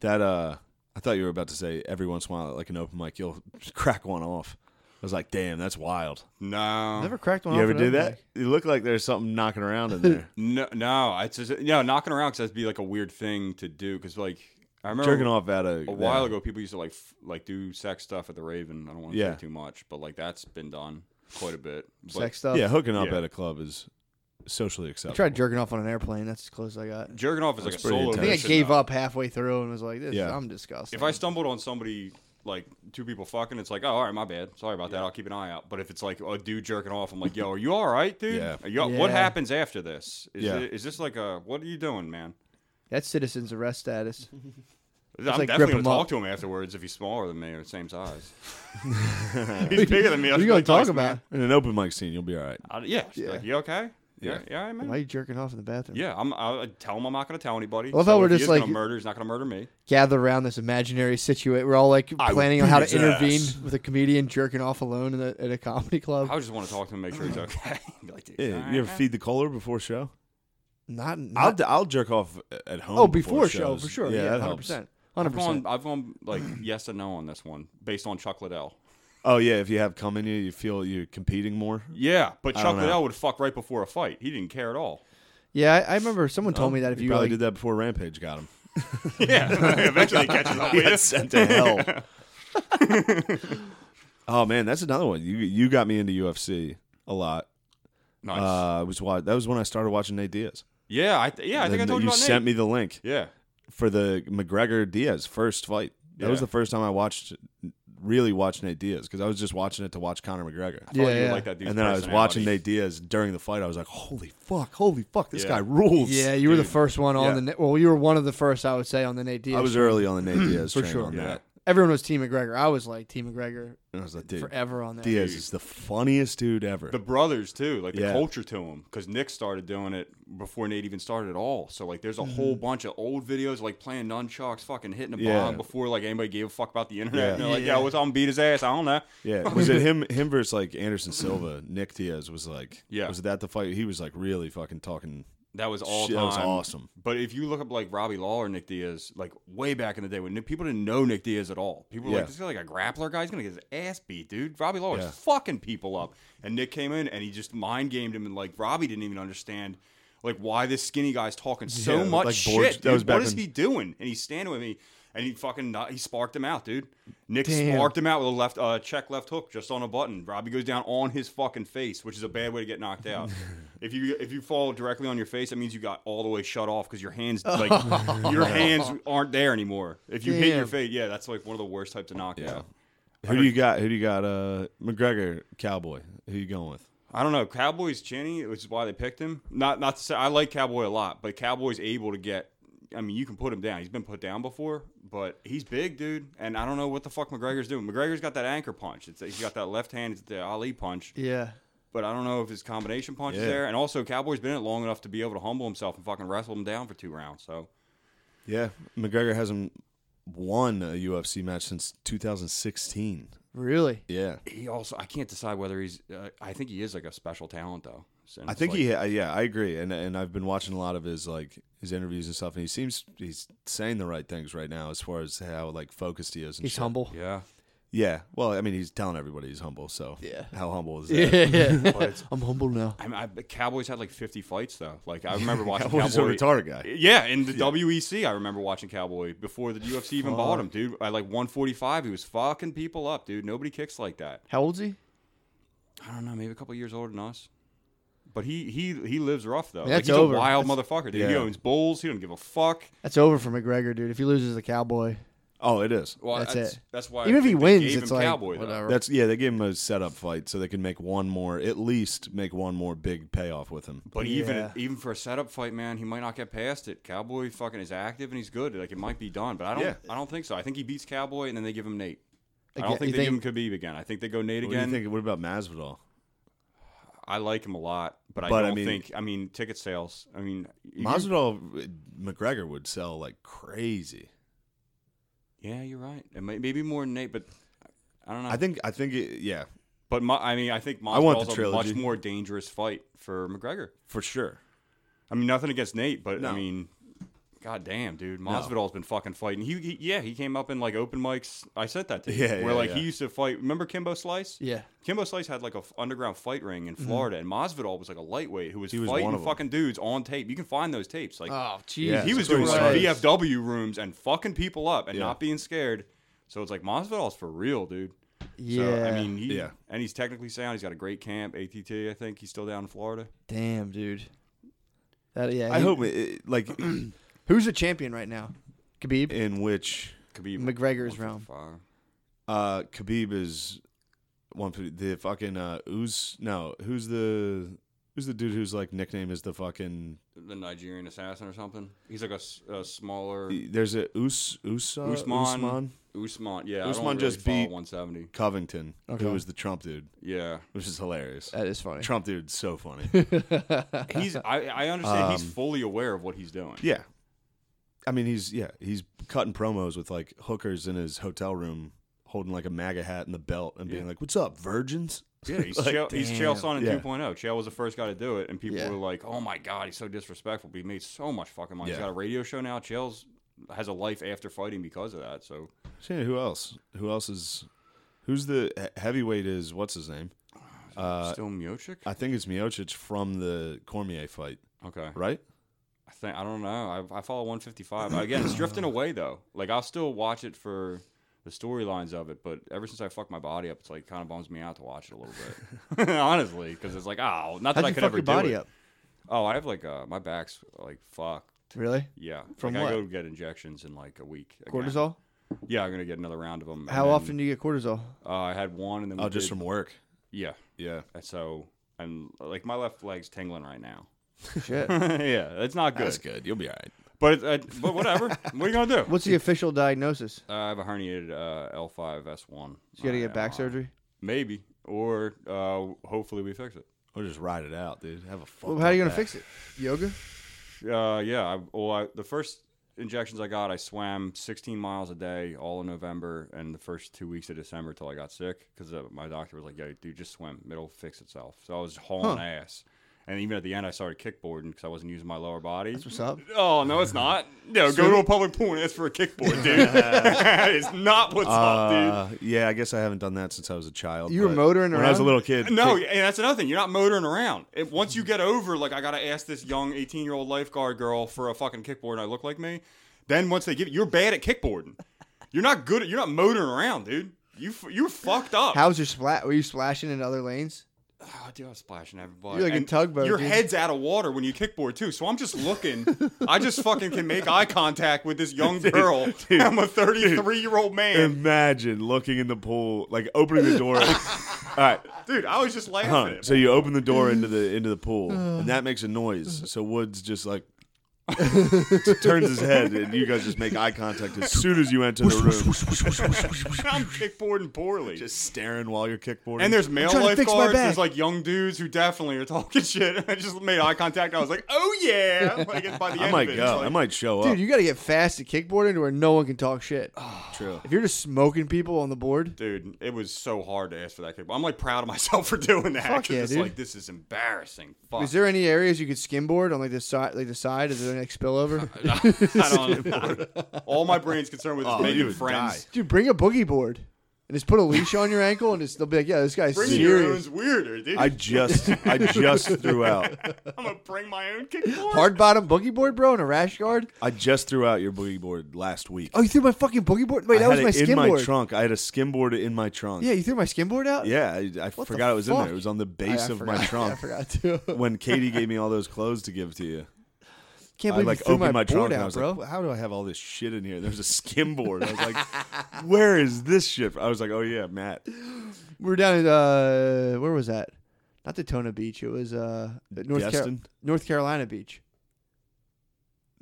That uh I thought you were about to say every once in a while at like an open mic you'll just crack one off. I was like, damn, that's wild. No, Never cracked one. You off ever an do open that? mic. It looked like there's something knocking around in there. no, no. It's just you know, knocking around because that'd be like a weird thing to do. Because like I remember Jerking off at a, a while ago, people used to like f- like do sex stuff at the Raven. I don't want to Yeah. say too much, but like that's been done quite a bit. But Sex Yeah, stuff. hooking up Yeah. at a club is socially I acceptable. tried jerking off on an airplane. That's as close as I got. jerking off is like a That's pretty solo. I think I mission, gave though. up halfway through and was like, "This, Yeah. I'm disgusted." If I stumbled on somebody like two people fucking, it's like, oh, all right, my bad. Sorry about that. I'll keep an eye out. But if it's like a dude jerking off, I'm like, yo, are you all right, dude? Yeah. Are you, What Yeah. happens after this? Is, Yeah. it, is this like a what are you doing, man? that's citizen's arrest status. I'm like grip definitely gonna him talk up. to him afterwards if he's smaller than me or the same size. he's bigger than me. What I'll just be are you gonna like, talk "Nice, about? man." in an open mic scene, you'll be all right. I- yeah. she's Like, you okay? Yeah. Yeah, I Why man. are you jerking off in the bathroom? Yeah, I'm. I I tell him I'm not gonna tell anybody. Well, I thought so we're if he just is gonna like- murder. He's not gonna murder me. Gather around this imaginary situation. We're all like would planning on how beat to his intervene ass. with a comedian jerking off alone in a, at a comedy club. I just want to talk to him, and make sure he's okay. Be like, dude, Yeah, all right, you ever man. feed the caller before show? Not, not I'll, I'll jerk off at home. oh before, show for shows. sure. Yeah, Yeah, that hundred helps. percent, I've hundred gone, percent. I've gone like yes and no on this one, based on Chuck Liddell. Oh yeah, if you have cum in you, you feel you're competing more. Yeah, but I Chuck don't know. Liddell would fuck right before a fight. He didn't care at all. Yeah, I, I remember someone told me that if He you probably like, did that before Rampage got him. Yeah, eventually he catches up He with got us. sent to hell. oh man, that's another one. You you got me into UFC a lot. Nice. Uh, I was wa- that was when I started watching Nate Diaz. yeah, I th- yeah, I think I Then told you you about sent Nate. me the link yeah, for the McGregor Diaz first fight. That was Yeah. the first time I watched really watched Nate Diaz because I was just watching it to watch Conor McGregor. I thought Yeah, you would yeah. Like that dude's and then I was personality. watching Nate Diaz during the fight. I was like, "Holy fuck! Holy fuck! This Yeah. guy rules!" yeah, you were the first one on Yeah. the the well, you were one of the first, I would say, on the Nate Diaz. I was train. early on the Nate Diaz For train sure. on Yeah. that. Everyone was Team McGregor. I was like Team McGregor And I was like, "Dude, forever on that. Diaz is the funniest dude ever." the brothers too, like the Yeah. culture to him, because Nick started doing it before Nate even started at all. So like, there's a whole bunch of old videos like playing nunchucks, fucking hitting a Mm-hmm. Yeah. bomb before like anybody gave a fuck about the internet. Yeah. And they're like, Yeah. yo, what's on beat his ass? I don't know. Yeah, was it him? Him versus like Anderson Silva? Nick Diaz was like, Yeah. was that the fight? He was like really fucking talking. That was all Shit, time. that was awesome. But if you look up like Robbie Law or Nick Diaz, like way back in the day when Nick, people didn't know Nick Diaz at all, people were Yeah. like, "This guy like a grappler guy. He's gonna get his ass beat, dude." Robbie Law Yeah. was fucking people up, and Nick came in and he just mind gamed him, and like Robbie didn't even understand. Like why this skinny guy's talking so Yeah, much like shit? boards- that dude. was back what is when- he doing? And he's standing with me, and he fucking not, he sparked him out, dude. Nick Damn. sparked him out with a left uh, check left hook just on a button. Robbie goes down on his fucking face, which is a bad way to get knocked out. if you if you fall directly on your face, that means you got all the way shut off because your hands like your hands aren't there anymore. If you hit your Damn. face, yeah, that's like one of the worst types of knockout. Yeah. Who do you got? Who do you got? Uh, McGregor, Cowboy. Who you going with? I don't know. Cowboys Chinny, which is why they picked him. Not not to say I like Cowboy a lot, but Cowboy's able to get I mean, you can put him down. He's been put down before, but he's big, dude. And I don't know what the fuck McGregor's doing. McGregor's got that anchor punch. It's, he's got that left hand, it's the Ali punch. Yeah. But I don't know if his combination punch is Yeah. there. And also, Cowboy's been in it long enough to be able to humble himself and fucking wrestle him down for two rounds. So Yeah, McGregor hasn't won a UFC match since 2016. Really? Yeah, he also, I can't decide whether he's. Uh, I think he is like a special talent though. So I it's think like- he. Yeah, I agree. And and I've been watching a lot of his like his interviews and stuff, and he seems he's saying the right things right now as far as how like focused he is. And He's shit. humble. Yeah, Yeah. Well, I mean, he's telling everybody he's humble. So Yeah. how humble is that? Yeah. I'm humble now. I mean, I, but Cowboys had like 50 fights though. Like I remember watching Cowboy's a Cowboy. retarded guy. Yeah, in the WEC, I remember watching Cowboy before the UFC even bought him, dude. At like 145, he was fucking people up, dude. Nobody kicks like that. How old's he? I don't know, maybe a couple years older than us. But he he he lives rough though. That's like, he's over. a wild motherfucker. Dude. He Yeah. owns bulls. He don't give a fuck. That's over for McGregor, dude. If he loses the cowboy, Oh, it is. Well, That's that's it. That's why I even if he think they wins, gave it's him like Cowboy, though. whatever. That's yeah. They gave him a setup fight so they can make one more, at least make one more big payoff with him. But even Yeah. even for a setup fight, man, he might not get past it. Cowboy fucking is active and he's good. Like it might be done, but I don't Yeah. I don't think so. I think he beats Cowboy and then they give him Nate. I Again- don't think you they think- give him Khabib again. I think they go Nate What do again. you think? What about Masvidal? I like him a lot, but, But, I I don't mean- think. I mean, ticket sales. I mean, you- Masvidal, uh, McGregor would sell like crazy. yeah, you're right. It may, maybe more than Nate, but I don't know. I think. I think. It, yeah, but Ma- I mean, I think I want the Masvidal's a much trilogy. more dangerous fight for McGregor. for sure. I mean, nothing against Nate, but I No. mean, goddamn, dude, Masvidal's been fucking fighting. He, he, yeah, he came up in like open mics. I said that to you. Yeah, where yeah, like he yeah. used to fight. Remember Kimbo Slice? Yeah. Kimbo Slice had like a f- underground fight ring in Florida, and Masvidal was like a lightweight who was, Mm-hmm. He was one fighting of 'em. fucking dudes on tape. You can find those tapes. Like Oh, Jesus. he was That's doing what like he Christ. says. VFW rooms and fucking people up and Yeah. not being scared. So it's like Masvidal's for real, dude. Yeah. So, I mean, he, Yeah. and he's technically sound. He's got a great camp, ATT. I think he's still down in Florida. Damn, dude. That yeah. I he- hope. It, it- like Who's the champion right now? Khabib. in which Khabib McGregor's realm. 155. uh Khabib is one for the fucking uh who's no who's the who's the dude whose like nickname is the fucking the Nigerian assassin or something. He's like a, s- a smaller there's a Us Usa Usman. Usman Usman. Yeah, I Usman don't really just follow beat- 170. Covington Okay. who was the Trump dude, Yeah, which is hilarious. That is funny. Trump dude's so funny. he's. I, I understand. he's Um, fully aware of what he's doing. yeah. I mean he's yeah, he's cutting promos with like hookers in his hotel room holding like a MAGA hat and the belt and being Yeah. like, What's up, virgins? Yeah, he's Like, Chael, he's Chael damn. Sonnen Yeah. 2.0. Chael oh. was the first guy to do it, and people Yeah. were like, "Oh my god, he's so disrespectful." But he made so much fucking money. He's Yeah. got a radio show now. Chael's has a life after fighting because of that. So Shit, who else? Who else is who's the he- heavyweight is what's his name? Uh, still Miocic. I think it's Miocic from the Cormier fight, Okay, right? I think I don't know. I, I follow 155. Again, it's drifting away though. Like I'll still watch it for the storylines of it, but ever since I fucked my body up, it's like kind of bums me out to watch it a little bit. Honestly, because it's like, oh, not that How'd I you could fuck ever your body do it. up? Oh, I have like uh, my back's like fucked. Really? Yeah, From like, I what? go get injections in like a week. again. Cortisol. Yeah, I'm gonna get another round of them. How often do you get cortisol? Uh, I had one, and then we Oh, just did- from work. yeah. Yeah. And So I'm like my left leg's tingling right now. Shit. yeah, it's not good. That's good. You'll be all right. But uh, but whatever. what are you gonna do? What's the official diagnosis? Uh, I have a herniated uh, L5S1. You got to get back Uh, surgery. Maybe, or uh, hopefully we fix it. Or just ride it out, dude. Have a fun. Well, how are you gonna fix it? Yoga. Uh, yeah. I, well, I, the first injections I got, I swam 16 miles a day all in November and the first two weeks of December till I got sick because uh, my doctor was like, "Yeah, dude, just swim. It'll fix itself." So I was hauling Huh. ass. And even at the end, I started kickboarding because I wasn't using my lower body. That's what's up. Oh no, it's not. No, go to a public pool and ask for a kickboard, dude. it's not what's up, dude. Uh, yeah, I guess I haven't done that since I was a child. You were but motoring when I was a around? little kid. No, kick- and that's another thing. You're not motoring around. It, once you get over, like, I gotta ask this young 18 year old lifeguard girl for a fucking kickboard, and I look like me. Then once they give, you're bad at kickboarding. You're not good. At, you're not motoring around, dude. You f- you're fucked up. How's your splat? Were you splashing in other lanes? Oh, dude, I'm splashing everybody. You're like a And tugboat, Your dude. head's out of water when you kickboard too. So I'm just looking. I just fucking can make eye contact with this young girl. I'm a 33 year old man, Imagine looking in the pool, like opening the door. all right. dude. I was just laughing. Huh. at So you open the door into the into the pool, and that makes a noise. So Wood's just like, turns his head, and you guys just make eye contact as soon as you enter the room. I'm kickboarding poorly. just staring while you're kickboarding. and there's male trying to fix my lifeguards. back. There's like young dudes who definitely are talking shit. I just made eye contact. I was like, "Oh yeah!" Like, by the end I might of it, go. it's like- I might show up. Dude, you got to get fast at kickboarding to where no one can talk shit. True. If you're just smoking people on the board, Dude, it was so hard to ask for that kickball. I'm like proud of myself for doing that. Fuck 'cause yeah, it's dude. like this is embarrassing. Fuck. is there any areas you could skimboard on like the side? Like the side? Is there any like spillover? I don't, all my brain's concerned with is Oh, you making would friends. die. Dude, bring a boogie board and just put a leash on your ankle and just they'll be like, yeah, this guy's Bringing your serious. own's weirder, dude. I I, just, I just threw out. am gonna bring my own kickball. Hard bottom boogie board, bro, and a rash guard. I just threw out your boogie board last week. Oh, you threw my fucking boogie board. Wait, I that was had my it in skimboard. my trunk. I had a skimboard in my trunk. Yeah, you threw my skimboard out. Yeah, I, I What the forgot it was in fuck? there. It was on the I- base I of forgot. my I trunk. forgot too. when Katie gave me all those clothes to give to you. Can't I believe like you threw opened my, board trunk and I out, was bro. like, "How do I have all this shit in here?" There's a skimboard. I was like, "Where is this shit?" I was like, "Oh yeah, Matt." we were down at uh, where was that? Not Daytona Beach. It was uh, North Car- Destin? North Carolina Beach,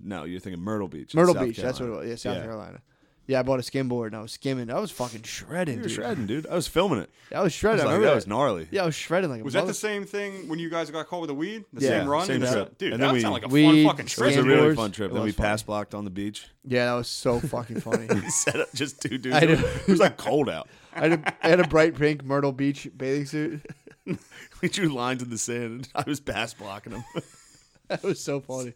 No, you're thinking Myrtle Beach. It's Myrtle South Beach. That's what it Carolina. was. Yeah, South Carolina. Yeah, I bought a skimboard and I was skimming. I was fucking shredding, You were dude. shredding, dude. I was filming it. I was I shredding. was I like, remember that was gnarly. Yeah, I was shredding like a Was that mother- the same thing when you guys got caught with the weed? The Yeah, same run? same And it's- trip. Dude, And that then we- sounded like a weed, fun fucking It was trip. a really Skateboards. fun trip. It Then we was fun. pass blocked on the beach. Yeah, that was so fucking funny. Set up just two dudes. I know. It was like cold out. I had, a, I had a bright pink Myrtle Beach bathing suit. We drew lines in the sand, and I was pass blocking them. That was so funny.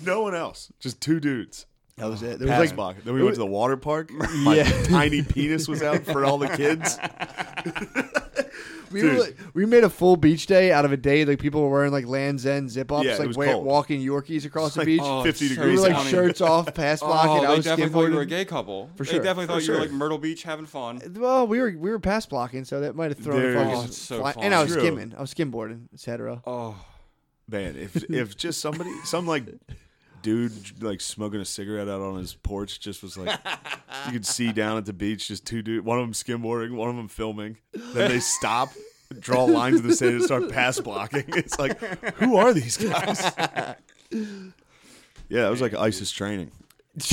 No one else. Just two dudes. That was it. There Pass was like block. Then we went to the water park. My Yeah. tiny penis was out for all the kids. we, were Dude. like- we made a full beach day out of a day. Like people were wearing like Land's End zip ups, Yeah, it like was wa- cold. walking Yorkies across the Like, beach. oh, 50 so we degrees were like out. funny. shirts off, pass blocking. Oh, I they was definitely thought you were a skateboarding. gay couple. For they sure. definitely thought For you were sure. like Myrtle Beach having fun. Well, we were we were pass blocking, so that might have thrown. a There's- fucking Oh, it's so fly- fun. and I was True. skimming, I was skimboarding, etc. Oh, Man, if if just somebody, some like dude like smoking a cigarette out on his porch, just was like, you could see down at the beach, just two dude, one of them skimboarding, one of them filming. Then they stop, draw lines in the sand, and start pass blocking. It's like, who are these guys? Yeah, it was like ISIS training,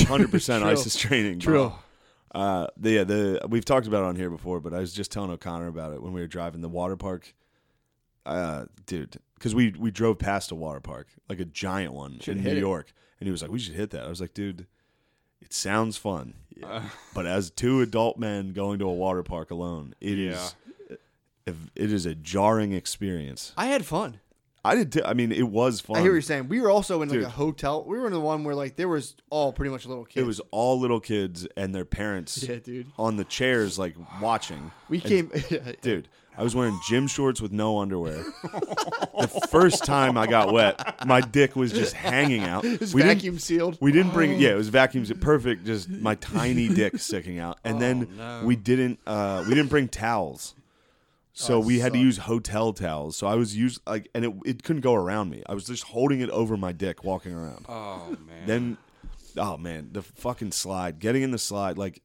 hundred percent True. ISIS training. bro. True. Uh, the, yeah, the we've talked about it on here before, but I was just telling O'Connor about it when we were driving the water park. Uh, dude, because we we drove past a water park, like a giant one in New hit it. York, and he was like, "We should hit that." I was like, "Dude, it sounds fun, but as two adult men going to a water park alone, it is if- it is a jarring experience." I had fun. I did. T- I mean, it was fun. I hear what you're saying. We were also in like Dude. a hotel. We were in the one where like there was all pretty much little kids. it was all little kids and their parents Yeah, dude. on the chairs, like watching. we came. And Dude, I was wearing gym shorts with no underwear. the first time I got wet, my dick was just hanging out. It's We didn't- vacuum sealed. We didn't bring yeah, it was vacuums perfect, just my tiny dick sticking out. And then Oh, no. we didn't uh we didn't bring towels. Oh, So we had to use hotel towels. So I was used like and it it couldn't go around me. I was just holding it over my dick walking around. oh man. Then, oh man, the fucking slide. Getting in the slide, like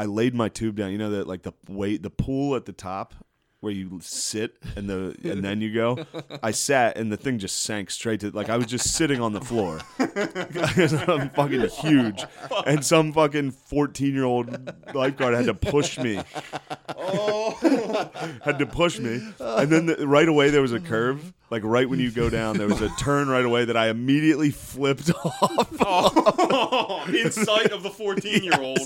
I laid my tube down. You know that, like the weight, the pool at the top where you sit and the and then you go. I sat and the thing just sank straight to like I was just sitting on the floor. I'm fucking huge, and some fucking fourteen year old lifeguard had to push me. had to push me, and then the, right away there was a curve. Like right when you go down, there was a turn right away that I immediately flipped off. oh, in sight of the 14 year old.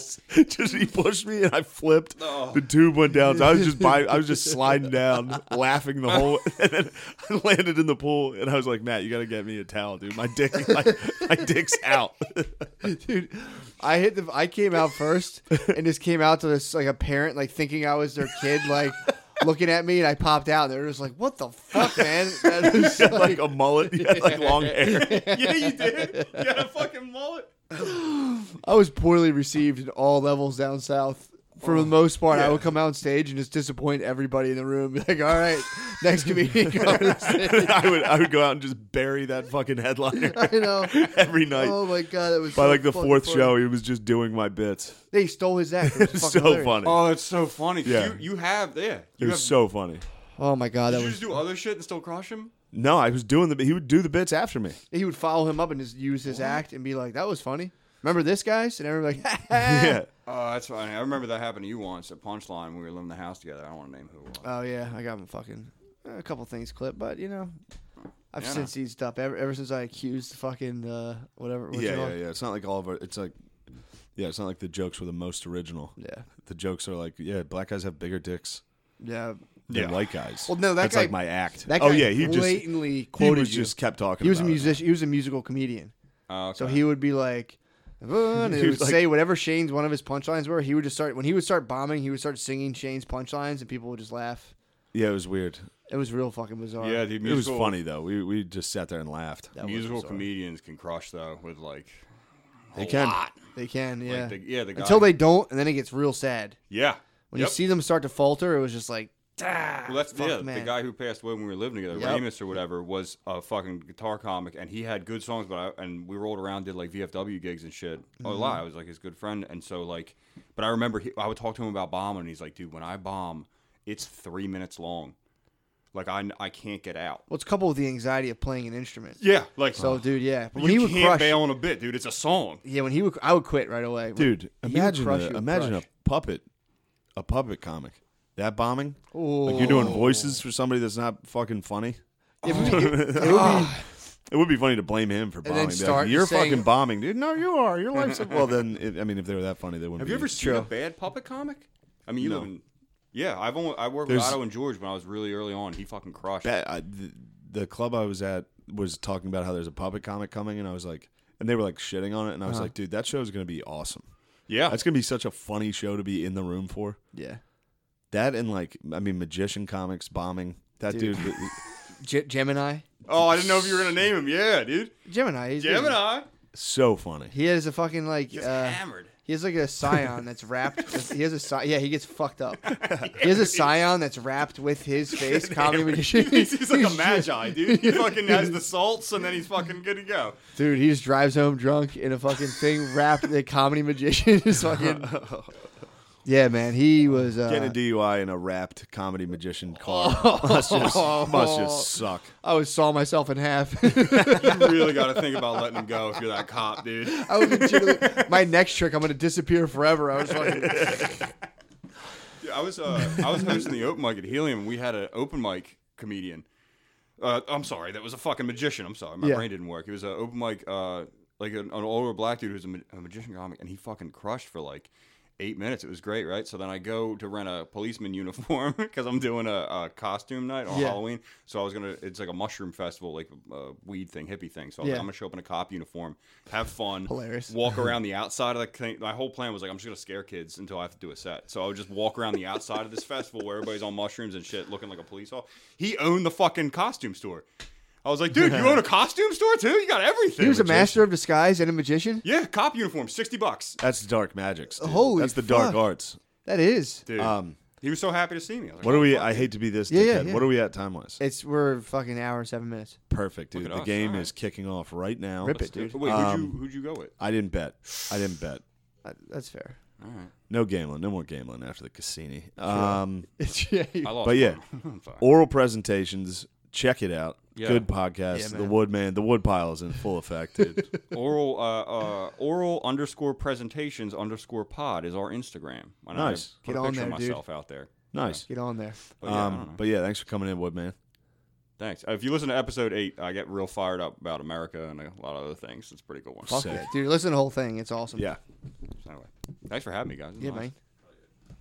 just he pushed me and I flipped. The tube went down. So I was just by, I was just sliding down, laughing the whole. And then I landed in the pool and I was like, Matt, you got to get me a towel, dude. My dick, my, my dick's out. dude. I hit the. I came out first and just came out to this like a parent like thinking I was their kid like looking at me and I popped out. They're just like, "What the fuck, man?" That was You had like a mullet. You had like long hair. yeah, you did. You had a fucking mullet. I was poorly received in all levels down south. For Oh. the most part, I would come out on stage and just disappoint everybody in the room. Be like, all right, next comedian comes. I would I would go out and just bury that fucking headliner you know, every night. oh my god, that was By so like the fucking fourth funny. show, he was just doing my bits. They stole his act. It was It was fucking so hilarious. funny. Oh, that's so funny. Yeah. You, you have, yeah. It You have, was so funny. Oh my god, that did you was just do other shit and still crush him? No, I was doing the. He would do the bits after me. He would follow him up and just use his act and be like, "That was funny. Remember this, guys?" And everyone would be like, Yeah. Oh, that's funny. I remember that happened to you once at Punchline when we were living in the house together. I don't want to name who it was. "Oh yeah, I got him fucking uh, a couple things clipped, but you know, I've Yeah. since eased up. Ever, ever since I accused fucking uh, whatever. what's it yeah, yeah, called? yeah. It's not like all of our. It's like, yeah, it's not like the jokes were the most original. Yeah. The jokes are like, yeah, black guys have bigger dicks yeah. than Yeah. white guys. Well, no, that that's guy- like my act. That guy oh yeah, he just he blatantly quoted was you. just kept talking. he was a about it. musician. He was a musical comedian. Oh, okay. So he would be like, "Uh," and He he would was like- say whatever Shane's one of his punchlines were. He would just start when he would start bombing. He would start singing Shane's punchlines, and people would just laugh. Yeah, it was weird. It was real fucking bizarre. yeah, dude, It was musical, funny though. We we just sat there and laughed. That was Musical bizarre. comedians can crush though with like They can. They can, yeah. Like the, yeah, the guy. Until they don't, and then it gets real sad. yeah. When Yep. you see them start to falter, it was just like, well, that's Ah, fuck, yeah, the man. guy who passed away when we were living together, Yep. Ramus or whatever, was a fucking guitar comic, and he had good songs. But I, and we rolled around, did like VFW gigs and shit a Mm-hmm. lot. I was like his good friend, and so like, but I remember he, I would talk to him about bombing, and he's like, dude, when I bomb, it's three minutes long. Like I, I can't get out. well, it's coupled with the anxiety of playing an instrument. Yeah, like So, dude, yeah. You But when he would can't crush, bail on a bit, dude. It's a song. yeah, when he would, I would quit right away, Dude, He would imagine crush, a- he would imagine crush. a puppet, a puppet comic. That bombing, like Oh. you're doing voices for somebody that's not fucking funny. It would be- it- it would be- It would be funny to blame him for Ah. then bombing. Be like, start you're saying- fucking bombing, dude. No, you are. Your life's well. Then, it, I mean, if they were that funny, they wouldn't. Have be. you Mm, ever seen a bad puppet comic? I mean, you live in. Yeah, I've only I worked There's- with Otto and George when I was really early on. He fucking crushed. Ba- I, the, the club I was at was talking about how there's a puppet comic coming, and I was like, and they were like shitting on it, and I was Uh-huh. like, dude, that show is gonna be awesome. Yeah, That's gonna be such a funny show to be in the room for. yeah. That and like, I mean, magician comics bombing. That dude, Dude. Ge- Gemini, Oh, I didn't know if you were gonna name him. Yeah, dude. Gemini, he's good. Gemini so funny. He has a fucking like, gets uh, hammered. he has like a scion that's wrapped. he has a sci- yeah, he gets fucked up. He has a scion that's wrapped with his face. Comedy magician. he's, he's like a magi, dude. He fucking has the salts, and then he's fucking good to go. Dude, he just drives home drunk in a fucking thing wrapped the comedy magician is fucking Yeah, man, he was Getting uh, a DUI in a wrapped comedy magician car must just must just suck. I was saw myself in half. You really got to think about letting him go if you're that cop, dude. I was legitimately- my next trick I'm going to disappear forever. I was fucking Yeah, I was uh, I was hosting the open mic at Helium. and We had an open mic comedian. Uh, I'm sorry, that was a fucking magician. I'm sorry, my Yeah. brain didn't work. It was an open mic, uh, like an, an older black dude who's a, ma- a magician comic, and he fucking crushed for like eight minutes. It was great, right? So then I go to rent a policeman uniform because I'm doing a, a costume night on Yeah. Halloween. So I was gonna, it's like a mushroom festival, like a uh, weed thing, hippie thing. So I was Yeah. like, I'm gonna show up in a cop uniform, have fun, Hilarious. walk around the outside of the thing. My whole plan was like, I'm just gonna scare kids until I have to do a set. So I would just walk around the outside of this festival where everybody's on mushrooms and shit, looking like a police officer. He owned the fucking costume store. I was like, dude, you own a costume store too? You got everything. He was a magician. master of disguise and a magician? yeah, cop uniform, sixty bucks. That's dark magics. dude. Holy That's the dark fuck. arts. That is. Dude, Um, he was so happy to see me. I was like, "Oh, what are we? I hate to be this. Yeah, yeah, dickhead. yeah. What are we at time wise? It's we're fucking hour and 7 minutes. Perfect, dude. Look The at us. game All is kicking off right now. Rip Let's it, do- dude. Wait, who'd you who'd you go with? I didn't bet. I didn't bet. Uh, That's fair. All right, No gambling. No more gambling after the Cassini. Um, yeah. I lost. But yeah. I'm fine. Oral presentations. Check it out. Yeah. Good podcast. the man. Woodman. The Woodpile is in full effect, dude. oral uh, uh, oral underscore presentations underscore pod is our Instagram. And I Nice. Put Get a on picture of there, dude. myself out there. nice. Get on there. But yeah, I don't know. um, but yeah, thanks for coming in, Woodman. Thanks. Uh, If you listen to episode eight, I get real fired up about America and a lot of other things. It's a pretty good one. Fuck So Sick. Yeah, dude, listen to the whole thing. It's awesome. Yeah. anyway, thanks for having me, guys. It was Yeah, nice. man.